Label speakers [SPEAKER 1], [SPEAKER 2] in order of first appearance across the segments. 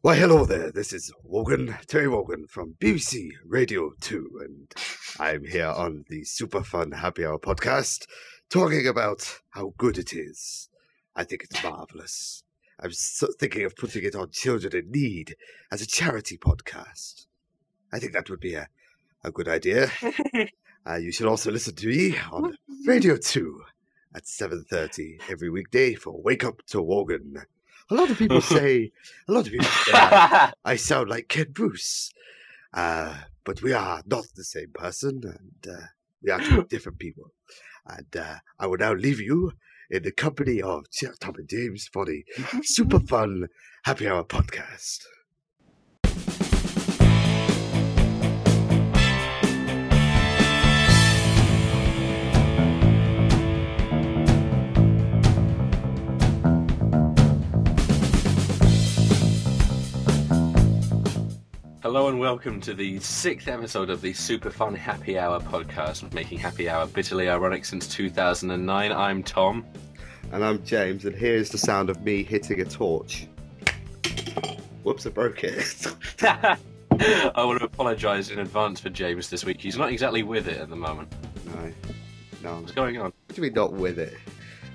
[SPEAKER 1] Why, hello there. This is Wogan, Terry Wogan from BBC Radio 2, and I'm here on the Super Fun Happy Hour podcast talking about how good it is. I think it's marvelous. I'm so thinking of putting it on children in need as a charity podcast. I think that would be a, a good idea. Uh, you should also listen to me on Radio 2 at 7.30 every weekday for Wake Up to Wogan. A lot of people say, a lot of people say I- I sound like Ken Bruce. Uh, but we are not the same person, and uh, we are two different people. And uh, I will now leave you in the company of Sir Tom and James for the super fun happy hour podcast.
[SPEAKER 2] Hello and welcome to the sixth episode of the Super Fun Happy Hour podcast, making happy hour bitterly ironic since 2009. I'm Tom.
[SPEAKER 1] And I'm James, and here's the sound of me hitting a torch. Whoops, I broke it.
[SPEAKER 2] I want to apologise in advance for James this week. He's not exactly with it at the moment.
[SPEAKER 1] no, no.
[SPEAKER 2] What's going on?
[SPEAKER 1] What do we not with it?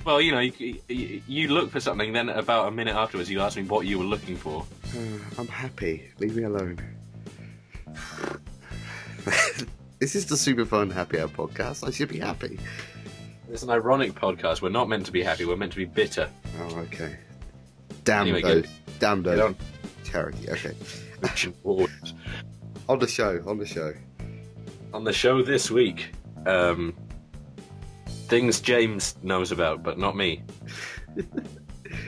[SPEAKER 2] Well, you know, you, you, you look for something, then about a minute afterwards, you ask me what you were looking for.
[SPEAKER 1] Uh, I'm happy. Leave me alone. this is the super fun happy hour podcast. I should be happy.
[SPEAKER 2] It's an ironic podcast. We're not meant to be happy. We're meant to be bitter.
[SPEAKER 1] Oh, okay. Damn
[SPEAKER 2] Anyway,
[SPEAKER 1] those.
[SPEAKER 2] good.
[SPEAKER 1] Damn
[SPEAKER 2] Get
[SPEAKER 1] those.
[SPEAKER 2] on.
[SPEAKER 1] Charity. Okay.
[SPEAKER 2] Pushing forwards.
[SPEAKER 1] On the show. On the show.
[SPEAKER 2] on the show this week, um, things James knows about, but not me.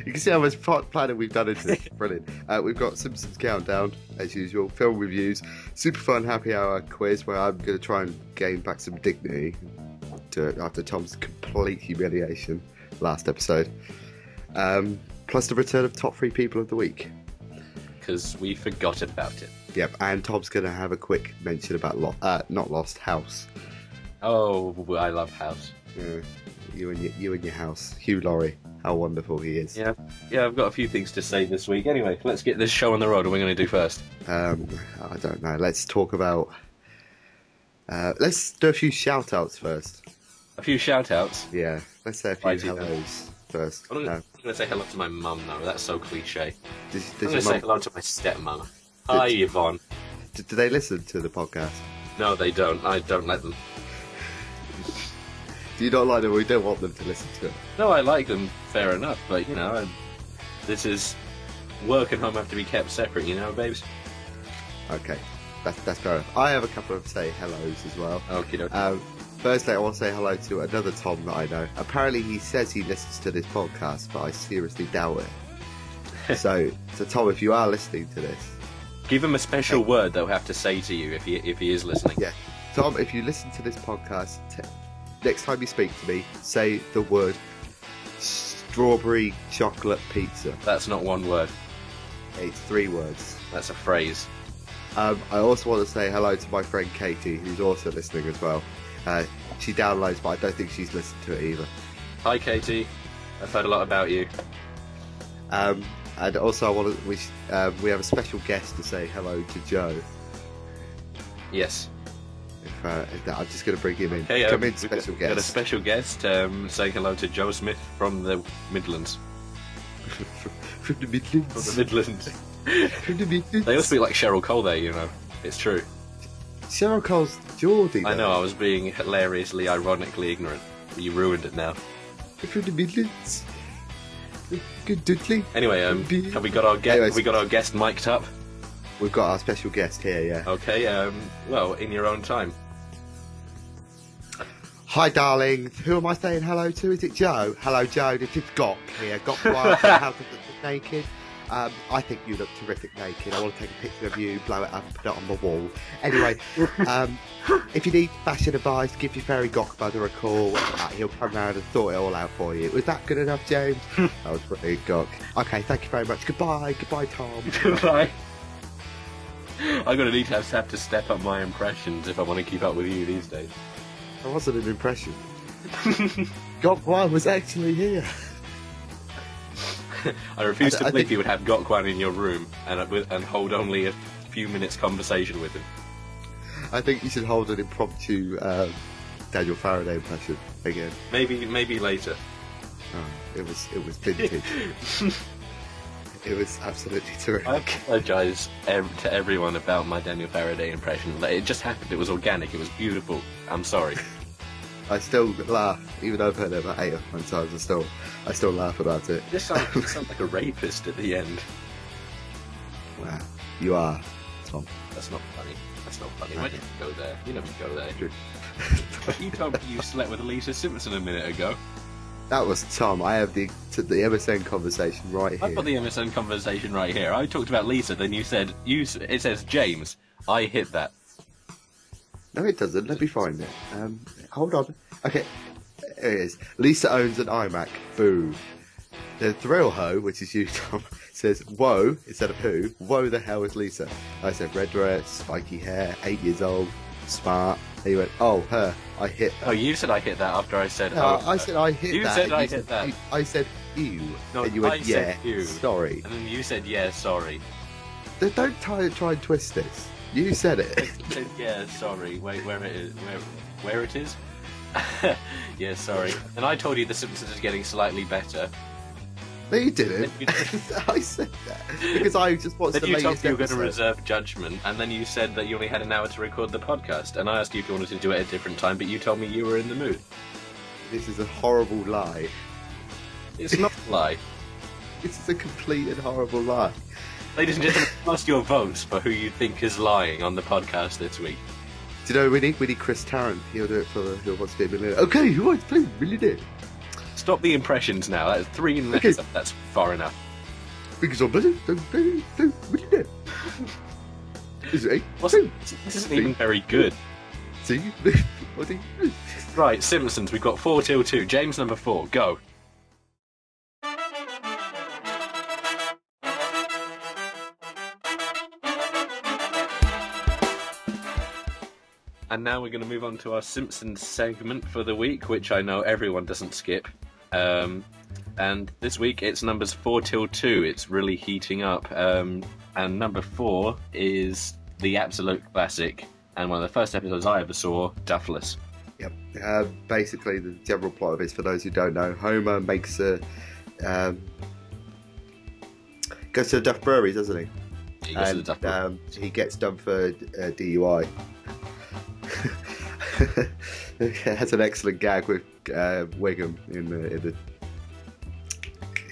[SPEAKER 1] You can see how much plot planning we've done into this. Brilliant. Uh, we've got Simpsons Countdown, as usual, film reviews, super fun happy hour quiz where I'm going to try and gain back some dignity to, after Tom's complete humiliation last episode. Um, plus the return of top three people of the week.
[SPEAKER 2] because we forgot about it.
[SPEAKER 1] Yep, and Tom's going to have a quick mention about lo- uh, not Lost House.
[SPEAKER 2] Oh, I love House.
[SPEAKER 1] Uh, you and your, you and your house, Hugh Laurie. How wonderful he is.
[SPEAKER 2] Yeah. Yeah, I've got a few things to say this week. Anyway, let's get this show on the road. What are we going to do first?
[SPEAKER 1] um, I don't know. Let's talk about. Uh, let's do a few shout outs first.
[SPEAKER 2] A few shout outs.
[SPEAKER 1] Yeah, let's say a few
[SPEAKER 2] Right, do that.
[SPEAKER 1] hellos first. Uh,
[SPEAKER 2] I'm
[SPEAKER 1] No,
[SPEAKER 2] going to say hello to my mum, though. That's so cliche.
[SPEAKER 1] did,
[SPEAKER 2] I'm
[SPEAKER 1] did
[SPEAKER 2] going to
[SPEAKER 1] your
[SPEAKER 2] say
[SPEAKER 1] mum,
[SPEAKER 2] hello to my stepmum. Hi, Yvonne.
[SPEAKER 1] did, did they listen to the podcast?
[SPEAKER 2] No, they don't. I don't let them.
[SPEAKER 1] Do you not like them? We don't want them to listen to it.
[SPEAKER 2] No, I like them, fair enough, but, you know, i this is. Work and home have to be kept separate, you know, babes?
[SPEAKER 1] Okay, that's that's fair enough. I have a couple of say hellos as well.
[SPEAKER 2] Okay, dokie.
[SPEAKER 1] Um, firstly, I want to say hello to another Tom that I know. Apparently, he says he listens to this podcast, but I seriously doubt it. so, so Tom, if you are listening to this,
[SPEAKER 2] Give him a special word they'll have to say to you if he, if he is listening.
[SPEAKER 1] Yeah. Tom, if you listen to this podcast, t- next time you speak to me, say the word strawberry chocolate pizza.
[SPEAKER 2] That's not one word,
[SPEAKER 1] It's three words.
[SPEAKER 2] that's a phrase.
[SPEAKER 1] Um, I also want to say hello to my friend Katie, who's also listening as well. Uh, she downloads, but I don't think she's listened to it either.
[SPEAKER 2] Hi, Katie. I've heard a lot about you.
[SPEAKER 1] Um, and also, I want to, we, sh- um, we have a special guest to say hello to Joe.
[SPEAKER 2] Yes.
[SPEAKER 1] If, uh, if that, I'm just going to bring him in.
[SPEAKER 2] Hey, um,
[SPEAKER 1] Come in,
[SPEAKER 2] we've
[SPEAKER 1] special
[SPEAKER 2] got a
[SPEAKER 1] guest.
[SPEAKER 2] special guest. Um, say hello to Joe Smith from the Midlands.
[SPEAKER 1] From the
[SPEAKER 2] From the
[SPEAKER 1] Midlands.
[SPEAKER 2] Midlands.
[SPEAKER 1] From the Midlands.
[SPEAKER 2] they all speak like Cheryl Cole there, you know. It's true.
[SPEAKER 1] Cheryl Cole's Geordie.
[SPEAKER 2] I
[SPEAKER 1] though.
[SPEAKER 2] know, I was being hilariously, ironically ignorant. You ruined it now.
[SPEAKER 1] from the Midlands. Good doodly.
[SPEAKER 2] Anyway, um,
[SPEAKER 1] Be-
[SPEAKER 2] have we got our guest?
[SPEAKER 1] Anyways.
[SPEAKER 2] Have we got our guest mic'd up?
[SPEAKER 1] We've got our special guest here, yeah.
[SPEAKER 2] Okay. Um, well, in your own time.
[SPEAKER 1] Hi, darling. Who am I saying hello to? Is it Joe? Hello, Joe. This is Gok here. Gok Wild from House of the Naked. Um, I think you look terrific naked. I want to take a picture of you, blow it up, put it on the wall. Anyway, um, if you need fashion advice, give your fairy Gok brother a call. Uh, he'll come round and sort it all out for you. Was that good enough, James? that was pretty good, Gok. Okay, thank you very much. Goodbye. Goodbye, Tom.
[SPEAKER 2] Goodbye. I'm gonna need to have to step up my impressions if I want to keep up with you these days.
[SPEAKER 1] That wasn't an impression. God, why was actually here?
[SPEAKER 2] I refuse
[SPEAKER 1] I-
[SPEAKER 2] to
[SPEAKER 1] I
[SPEAKER 2] believe
[SPEAKER 1] think-
[SPEAKER 2] you would have Gokwan in your room and uh, and hold only a few minutes conversation with him.
[SPEAKER 1] I think you should hold an impromptu um, Daniel Faraday impression again.
[SPEAKER 2] Maybe maybe later.
[SPEAKER 1] Oh, it was it was vintage. it was absolutely terrific.
[SPEAKER 2] I apologise ev- to everyone about my Daniel Faraday impression. Like, It just happened. It was organic. It was beautiful. I'm sorry.
[SPEAKER 1] I still laugh, even though I've heard it about eight or nine times. I still I still laugh about it.
[SPEAKER 2] This sounds, you sound like a rapist at the end.
[SPEAKER 1] Wow, you are Tom.
[SPEAKER 2] That's not funny. That's not funny. Why
[SPEAKER 1] Okay.
[SPEAKER 2] did you go there? You never go there.
[SPEAKER 1] True.
[SPEAKER 2] you told me you slept with Lisa Simpson a minute ago.
[SPEAKER 1] That was Tom. I have the to the MSN conversation right here.
[SPEAKER 2] I've got the MSN conversation right here. I talked about Lisa, then you said you. s- It says James. I hit that.
[SPEAKER 1] No, it doesn't. Let me find it. Um, hold on. Okay, here it is. Lisa owns an iMac. Boo. The thrill ho, which is you, Tom, says whoa instead of who. Whoa, the hell is Lisa? I said red dress, spiky hair, eight years old, smart. He went, oh her. I hit.
[SPEAKER 2] Oh, you said I hit that after I said.
[SPEAKER 1] No,
[SPEAKER 2] oh,
[SPEAKER 1] I said I hit
[SPEAKER 2] You
[SPEAKER 1] that.
[SPEAKER 2] said
[SPEAKER 1] and
[SPEAKER 2] I hit that.
[SPEAKER 1] I, I said ew.
[SPEAKER 2] No,
[SPEAKER 1] and you went
[SPEAKER 2] I
[SPEAKER 1] yeah.
[SPEAKER 2] said ew."
[SPEAKER 1] Sorry.
[SPEAKER 2] And then you said yeah, sorry.
[SPEAKER 1] Don't- Don't try try and twist this. You said
[SPEAKER 2] I
[SPEAKER 1] it.
[SPEAKER 2] said yeah, sorry. Wait, where it is? Where, where it is? yeah, sorry. And I told you the Simpsons is getting slightly better.
[SPEAKER 1] No, you didn't.
[SPEAKER 2] You did.
[SPEAKER 1] I said that because I just watched
[SPEAKER 2] Then
[SPEAKER 1] the
[SPEAKER 2] you told
[SPEAKER 1] latest
[SPEAKER 2] me you were going to
[SPEAKER 1] episode.
[SPEAKER 2] reserve judgment, and then you said that you only had an hour to record the podcast. And I asked you if you wanted to do it at a different time, but you told me you were in the mood.
[SPEAKER 1] This is a horrible lie.
[SPEAKER 2] It's not a lie.
[SPEAKER 1] This is a complete and horrible lie.
[SPEAKER 2] Ladies and gentlemen, cast your votes for who you think is lying on the podcast this week.
[SPEAKER 1] Do you know we need we need Chris Tarrant? He'll do it for the Who Wants to Be a Millionaire. Okay, who wants to be a millionaire?
[SPEAKER 2] Stop the impressions now. That's three in letters. That's far enough.
[SPEAKER 1] Because I'm busy, so busy, so millionaire. Is it eight?
[SPEAKER 2] What's,
[SPEAKER 1] two,
[SPEAKER 2] this isn't even very good.
[SPEAKER 1] two, what do you-
[SPEAKER 2] Right, Simpsons, we've got four till two. James number four, go. And now we're going to move on to our Simpsons segment for the week, which I know everyone doesn't skip. Um, and this week it's numbers four till two. It's really heating up. Um, and number four is the absolute classic and one of the first episodes I ever saw, Duffless.
[SPEAKER 1] Yep. Uh, basically, the general plot of it is for those who don't know, Homer makes a um, goes to the Duff Brewery, doesn't he?
[SPEAKER 2] He goes to the
[SPEAKER 1] and
[SPEAKER 2] duck
[SPEAKER 1] um,
[SPEAKER 2] pond.
[SPEAKER 1] he gets done for uh, DUI. That's an excellent gag with uh, Wiggum in the, in the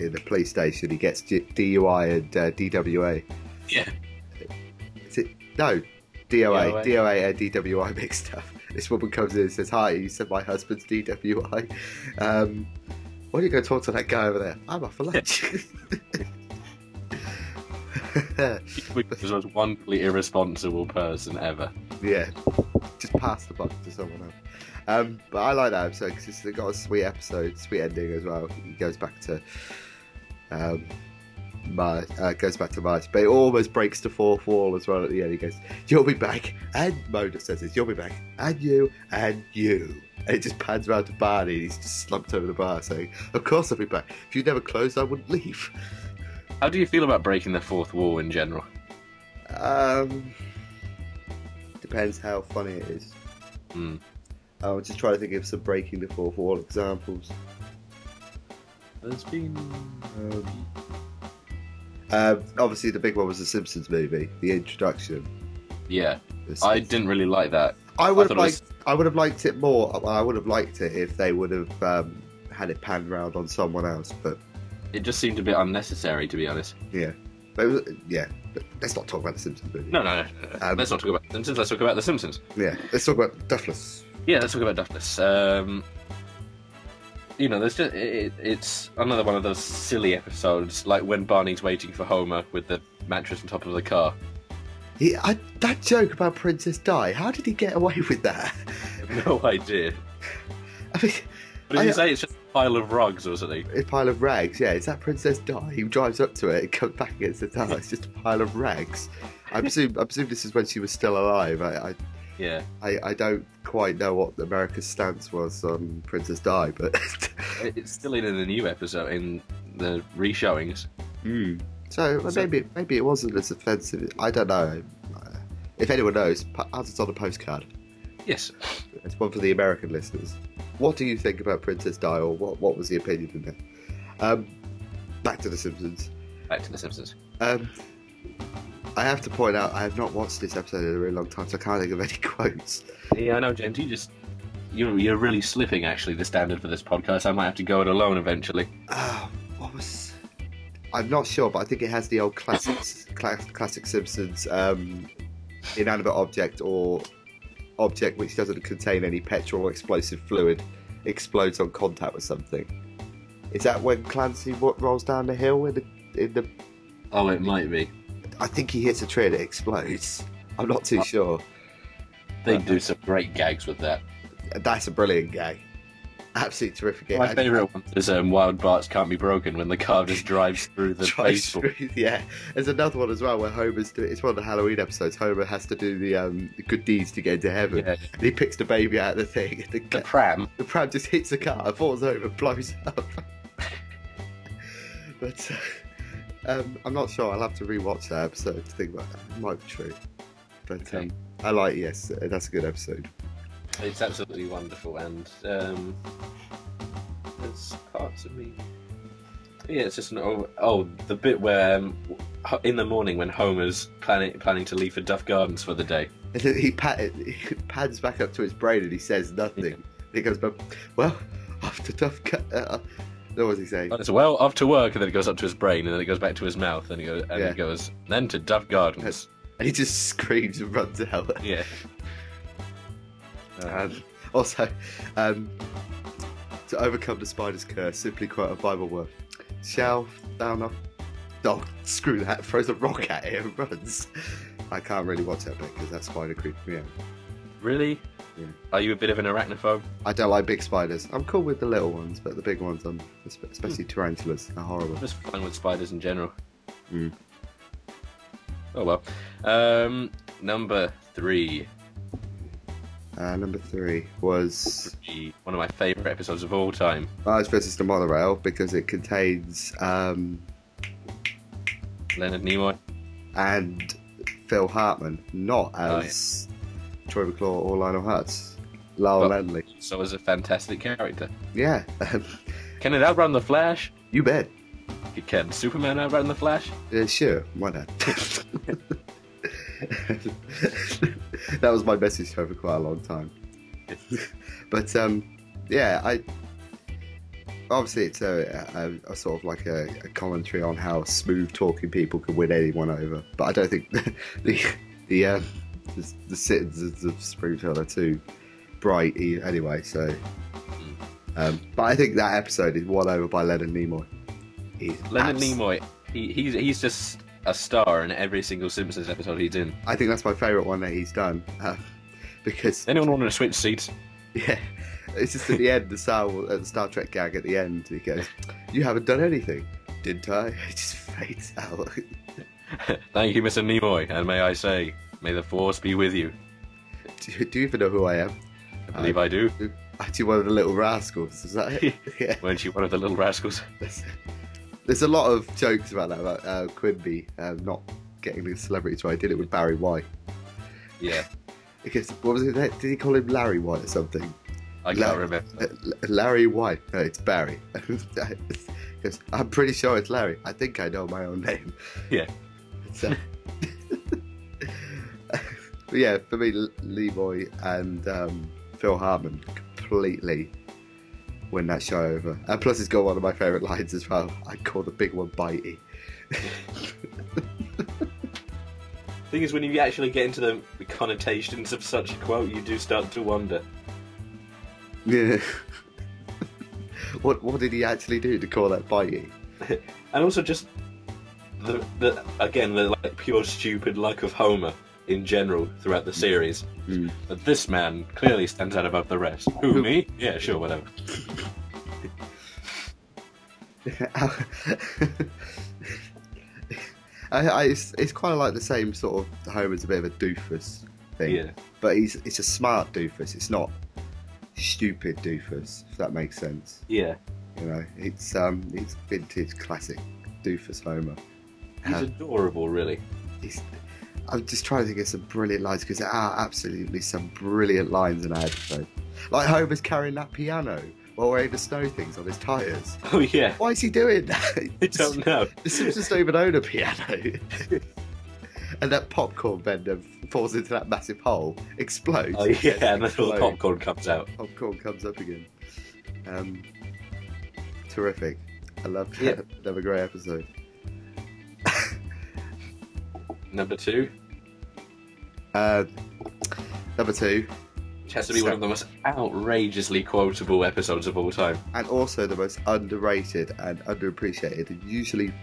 [SPEAKER 1] in the police station. He gets D- DUI and uh, DWA.
[SPEAKER 2] Yeah.
[SPEAKER 1] Is it no DOA,
[SPEAKER 2] DOA.
[SPEAKER 1] DOA and DWI mixed up. This woman comes in and says, "Hi, you said my husband's DWI. Um, why don't you go talk to that guy over there? I'm off for lunch."
[SPEAKER 2] Wiggins was one really irresponsible person ever.
[SPEAKER 1] Yeah, just pass the buck to someone else. Um, but I like that episode because it's got a sweet episode, sweet ending as well. He goes back to, um, Mar- uh, goes back to Marge, but it almost breaks the fourth wall as well at the end. He goes, "You'll be back," and Mona says this, "You'll be back," and you, and you. And it just pans around to Barney, and he's just slumped over the bar, saying, "Of course I'll be back. If you never closed, I wouldn't leave."
[SPEAKER 2] How do you feel about breaking the fourth wall in general?
[SPEAKER 1] Um, depends how funny it is.
[SPEAKER 2] Hmm.
[SPEAKER 1] I was just trying to think of some breaking the fourth wall examples.
[SPEAKER 2] There's been.
[SPEAKER 1] Um, uh, obviously, the big one was the Simpsons movie, the introduction.
[SPEAKER 2] Yeah,
[SPEAKER 1] The
[SPEAKER 2] I
[SPEAKER 1] Simpsons-
[SPEAKER 2] didn't really like that.
[SPEAKER 1] I would have
[SPEAKER 2] I thought it was-
[SPEAKER 1] liked. I would have liked it more. I would have liked it if they would have um, had it panned round on someone else. But
[SPEAKER 2] It just seemed a bit unnecessary, to be honest.
[SPEAKER 1] yeah, but it was, yeah. But let's not talk about the Simpsons movie.
[SPEAKER 2] No, no, no. no.
[SPEAKER 1] Um,
[SPEAKER 2] let's not talk about The Simpsons. Let's talk about The Simpsons.
[SPEAKER 1] Yeah, let's talk about Duffless.
[SPEAKER 2] Yeah, let's talk about Duffless. Um, you know, there's just, it, it's another one of those silly episodes, like when Barney's waiting for Homer with the mattress on top of the car.
[SPEAKER 1] He, I, that joke about Princess Di. How did he get away with that?
[SPEAKER 2] No idea.
[SPEAKER 1] I mean,
[SPEAKER 2] But did
[SPEAKER 1] I- uh,
[SPEAKER 2] you say it's just a pile of rugs or something?
[SPEAKER 1] a pile of rags. Yeah, is that Princess Di? He drives up to it and comes back and says, "Oh, it's just a pile of rags." I presume. I presume this is when she was still alive. I,
[SPEAKER 2] Yeah.
[SPEAKER 1] I, I, I don't quite know what America's stance was on Princess Di, but
[SPEAKER 2] It- It's still in the new episode in the re-showings.
[SPEAKER 1] Mm. So, well,
[SPEAKER 2] So-
[SPEAKER 1] maybe maybe it wasn't as offensive. I don't know. Uh, If anyone knows, pa- as it's on a postcard,
[SPEAKER 2] Yes.
[SPEAKER 1] it's one for the American listeners. What do you think about Princess Di, or what, what was the opinion in there? Um, back to The Simpsons.
[SPEAKER 2] Back to The Simpsons.
[SPEAKER 1] Um, I have to point out, I have not watched this episode in a really long time, so I can't think of any quotes.
[SPEAKER 2] Yeah, I know, James. You just you're you're really slipping actually the standard for this podcast. I might have to go it alone eventually.
[SPEAKER 1] Uh, what was? I'm not sure, but I think it has the old classics, cla- classic Simpsons um, inanimate object or object which doesn't contain any petrol or explosive fluid explodes on contact with something. Is that when Clancy w- rolls down the hill in the, in the?
[SPEAKER 2] Oh, it might be.
[SPEAKER 1] I think he hits a tree and it explodes. I'm not too sure.
[SPEAKER 2] They do some great gags with that.
[SPEAKER 1] That's a brilliant gag. Absolutely terrific. gag.
[SPEAKER 2] My favourite one is um, Wild Bart's Can't Be Broken when the car just drives through the
[SPEAKER 1] Drives
[SPEAKER 2] baseball.
[SPEAKER 1] through- yeah. There's another one as well where Homer's doing. It's one of the Halloween episodes. Homer has to do the um, the good deeds to get into heaven.
[SPEAKER 2] Yeah.
[SPEAKER 1] And he picks the baby out of the thing. And the,
[SPEAKER 2] The
[SPEAKER 1] ca-
[SPEAKER 2] pram.
[SPEAKER 1] the pram just hits the car, falls over, blows up. but uh, um, I'm not sure. I'll have to rewatch that episode to think about that. It might be true. But
[SPEAKER 2] Okay.
[SPEAKER 1] um, I like yes, uh, that's a good episode.
[SPEAKER 2] It's absolutely wonderful, and um, there's parts of me. Yeah, it's just an oh, oh the bit where um, ho- in the morning when Homer's planning planning to leave for Duff Gardens for the day.
[SPEAKER 1] And then he, pat, he pads back up to his brain and he says nothing. And he goes, "But, well, after tough cut. Uh, what was he saying?
[SPEAKER 2] And it's well off to work, and then it goes up to his brain, and then it goes back to his mouth, and it goes and
[SPEAKER 1] Yeah.
[SPEAKER 2] it goes then to Duff Gardens.
[SPEAKER 1] And he just screams and runs out.
[SPEAKER 2] Yeah.
[SPEAKER 1] And also, um, to overcome the spider's curse, simply quote a Bible word. Shall thou not? Oh, screw that. Throws a rock at it and runs. I can't really watch that bit because that spider creeped me out.
[SPEAKER 2] really?
[SPEAKER 1] Yeah.
[SPEAKER 2] Are you a bit of an arachnophobe?
[SPEAKER 1] I don't like big spiders. I'm cool with the little ones, but the big ones, I'm, espe- especially tarantulas, are horrible.
[SPEAKER 2] I'm just fine with spiders in general.
[SPEAKER 1] Mm.
[SPEAKER 2] Oh well. Um, number three.
[SPEAKER 1] Uh, number three was
[SPEAKER 2] the- One of my favourite episodes of all time.
[SPEAKER 1] Mars versus the Monorail because it contains um,
[SPEAKER 2] Leonard Nimoy.
[SPEAKER 1] and Phil Hartman, not
[SPEAKER 2] Oh,
[SPEAKER 1] as Troy McClure or Lionel Hutz. Lyle
[SPEAKER 2] Well-
[SPEAKER 1] Landley.
[SPEAKER 2] So was a fantastic character.
[SPEAKER 1] Yeah,
[SPEAKER 2] Can it outrun the Flash?
[SPEAKER 1] you bet.
[SPEAKER 2] Can Superman outrun the Flash?
[SPEAKER 1] Yeah, Uh, sure, why not? that was my message to her for quite a long time. but um, yeah, I obviously it's a, a, a sort of like a, a commentary on how smooth talking people can win anyone over. But I don't think the the the, uh, the, the citizens of Springfield are too bright e- anyway. So, um, but I think that episode is won over by Leonard Nimoy. He's
[SPEAKER 2] Leonard
[SPEAKER 1] abs-
[SPEAKER 2] Nimoy. He, he's he's just a star in every single Simpsons episode he's in.
[SPEAKER 1] I think that's my favourite one that he's done um, because
[SPEAKER 2] Anyone want to switch seats?
[SPEAKER 1] Yeah, it's just at the end, the Star, uh, the Star Trek gag at the end. He goes, "You haven't done anything, didn't I?" It just fades out.
[SPEAKER 2] Thank you, Mr. Nimoy, and may I say, may the force be with you.
[SPEAKER 1] do, do you even know who I am?
[SPEAKER 2] I believe I do.
[SPEAKER 1] I do one of the little rascals. Is that it? yeah.
[SPEAKER 2] Weren't you one of the little rascals?
[SPEAKER 1] There's, there's a lot of jokes about that about uh, Quimby um, not getting the celebrities right. I did it with Barry White.
[SPEAKER 2] Yeah,
[SPEAKER 1] Because what was it? that- Did he call him Larry White or something?
[SPEAKER 2] I
[SPEAKER 1] La-
[SPEAKER 2] can't remember.
[SPEAKER 1] Uh, L- Larry White. No, it's Barry. He goes, I'm pretty sure it's Larry. I think I know my own name.
[SPEAKER 2] Yeah.
[SPEAKER 1] So, but yeah, for me, L- Leroy and um, Phil Hartman completely win that show over. And plus, it's got one of my favourite lines as well. I call the big one bitey.
[SPEAKER 2] thing is, when you actually get into the, the connotations of such a quote, you do start to wonder.
[SPEAKER 1] Yeah. what What did he actually do to call that bitey?
[SPEAKER 2] And also, just the, the again the like pure stupid luck of Homer in general throughout the series.
[SPEAKER 1] Mm.
[SPEAKER 2] But this man clearly stands out above the rest. Who
[SPEAKER 1] Who-
[SPEAKER 2] me? Yeah, sure, whatever.
[SPEAKER 1] I, I, it's, it's kind of like the same sort of Homer's a bit of a doofus thing,
[SPEAKER 2] Yeah.
[SPEAKER 1] but he's it's a smart doofus. It's not stupid doofus. If that makes sense,
[SPEAKER 2] Yeah.
[SPEAKER 1] You know, it's um, it's vintage classic doofus Homer. Uh-huh.
[SPEAKER 2] He's adorable, really.
[SPEAKER 1] He's, I'm just trying to think of some brilliant lines because there are absolutely some brilliant lines in our episode. Like Homer's carrying that piano while wearing the snow things on his tires.
[SPEAKER 2] Oh yeah,
[SPEAKER 1] Why is he doing that?
[SPEAKER 2] I don't know.
[SPEAKER 1] The Simpsons don't even own a piano. and that popcorn vendor falls into that massive hole, explodes.
[SPEAKER 2] Oh yeah, and then all the
[SPEAKER 1] Explodes.
[SPEAKER 2] popcorn comes out.
[SPEAKER 1] Popcorn comes up again. Um, terrific. I love that.
[SPEAKER 2] Yeah.
[SPEAKER 1] Another great episode.
[SPEAKER 2] Number two,
[SPEAKER 1] Uh, number two,
[SPEAKER 2] which has to be one of the most outrageously quotable episodes of all time.
[SPEAKER 1] and also the most underrated and underappreciated and usually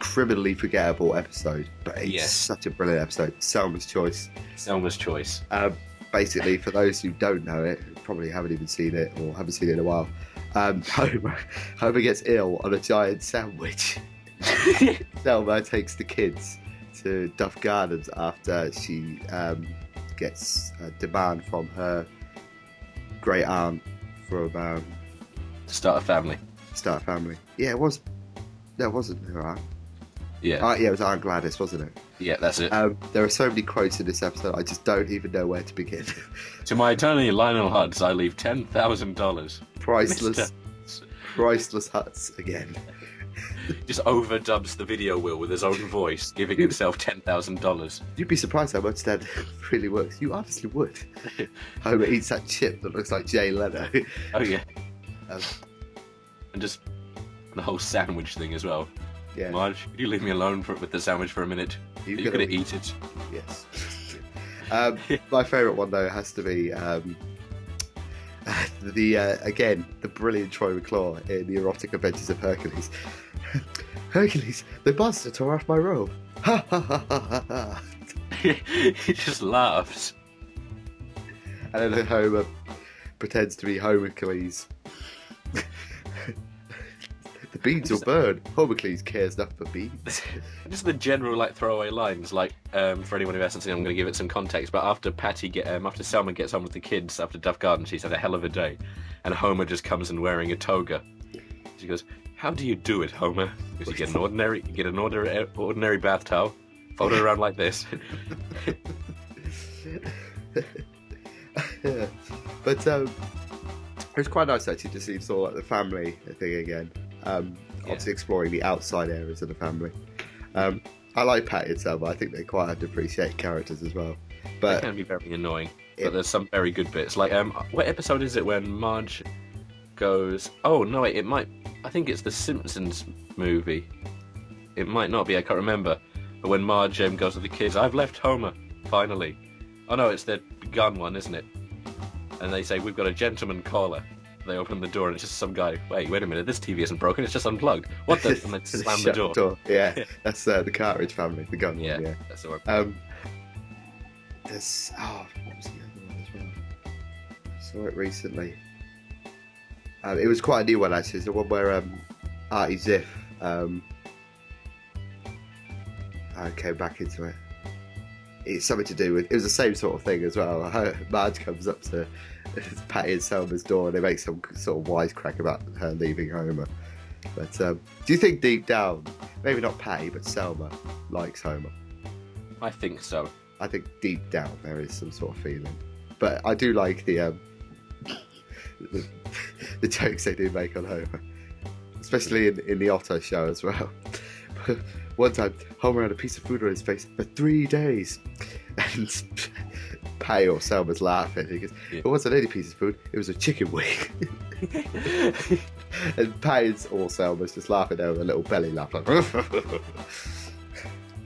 [SPEAKER 1] criminally forgettable episode, but it's
[SPEAKER 2] Yes.
[SPEAKER 1] such a brilliant episode. Selma's Choice.
[SPEAKER 2] Selma's choice.
[SPEAKER 1] Um, basically, for those who don't know it, who probably haven't even seen it or haven't seen it in a while, um, Homer, Homer gets ill on a giant sandwich. Selma takes the kids to Duff Gardens after she um, gets a demand from her great aunt from um,
[SPEAKER 2] Start a family.
[SPEAKER 1] Star Family. Yeah, it was. No, it wasn't her aunt.
[SPEAKER 2] Yeah,
[SPEAKER 1] Aunt- yeah, it was Aunt Gladys, wasn't it?
[SPEAKER 2] yeah, that's it.
[SPEAKER 1] Um, there are so many quotes in this episode, I just don't even know where to begin.
[SPEAKER 2] To my attorney, Lionel Hutz, I leave ten thousand dollars.
[SPEAKER 1] priceless,
[SPEAKER 2] Mister.
[SPEAKER 1] priceless huts again.
[SPEAKER 2] Just overdubs the video will with his own voice, giving himself ten thousand dollars.
[SPEAKER 1] You'd be surprised how much that really works. You honestly would. Homer eats that chip that looks like Jay Leno.
[SPEAKER 2] Oh yeah,
[SPEAKER 1] Um,
[SPEAKER 2] and just the whole sandwich thing as well.
[SPEAKER 1] yeah,
[SPEAKER 2] Marge, could you leave me alone for, with the sandwich for a minute?
[SPEAKER 1] you
[SPEAKER 2] You're,
[SPEAKER 1] could
[SPEAKER 2] gonna
[SPEAKER 1] have-
[SPEAKER 2] eat it.
[SPEAKER 1] Yes. um, my favourite one though has to be um, the uh, again the brilliant Troy McClure in the erotic adventures of Hercules. Hercules, the bastard tore off my robe. Ha ha ha ha ha ha.
[SPEAKER 2] he just laughs.
[SPEAKER 1] And then Homer pretends to be Hercules. the beans will burn. Hercules cares enough for beans.
[SPEAKER 2] Just the general like throwaway lines, like um, for anyone who hasn't seen, it, I'm going to give it some context. But after Patty get um, after Selma gets home with the kids after Duff Garden, she's had a hell of a day, and Homer just comes in wearing a toga. She goes, "How do you do it, Homer? Because you get an ordinary, you get an ordinary, ordinary bath towel, fold it around like this.
[SPEAKER 1] yeah. But um, it was quite nice actually to see sort of like the family thing again. Um, Obviously exploring the outside areas of the family. Um, I like Patty and Selma. I think they're quite underappreciated characters as well.
[SPEAKER 2] That
[SPEAKER 1] But
[SPEAKER 2] can be very annoying,
[SPEAKER 1] It-
[SPEAKER 2] but there's some very good bits. Like, um, what episode is it when Marge goes? Oh no, wait, it might. I think it's the Simpsons movie. It might not be. I can't remember. But when Marge um, goes to the kids, I've left Homer finally. Oh no, it's the gun one, isn't it? And they say we've got a gentleman caller. They open the door and it's just some guy. Wait, wait a minute. This TV isn't broken. It's just unplugged. What the? And they slam the
[SPEAKER 1] Shut
[SPEAKER 2] door.
[SPEAKER 1] Yeah, that's uh, the Cartridge family, the gun.
[SPEAKER 2] Yeah,
[SPEAKER 1] yeah.
[SPEAKER 2] that's the one.
[SPEAKER 1] Um, there's oh, what was the other one as well? I saw it recently. Um, it was quite a new one actually. It's the one where um, Artie Ziff um, I came back into it. It's something to do with. It was the same sort of thing as well. Marge comes up to Patty and Selma's door, and they make some sort of wisecrack about her leaving Homer. But um, do you think deep down, maybe not Patty, but Selma likes Homer?
[SPEAKER 2] I think so.
[SPEAKER 1] I think deep down there is some sort of feeling. But I do like the um, the, the jokes they do make on Homer, especially in, in the Otto show as well. One time, Homer had a piece of food on his face for three days, and Patty or Selma's laughing. He goes,
[SPEAKER 2] Yeah.
[SPEAKER 1] "It wasn't any piece of food; it was a chicken wing." and Patty's or Selma's just laughing there with a little belly laugh, like.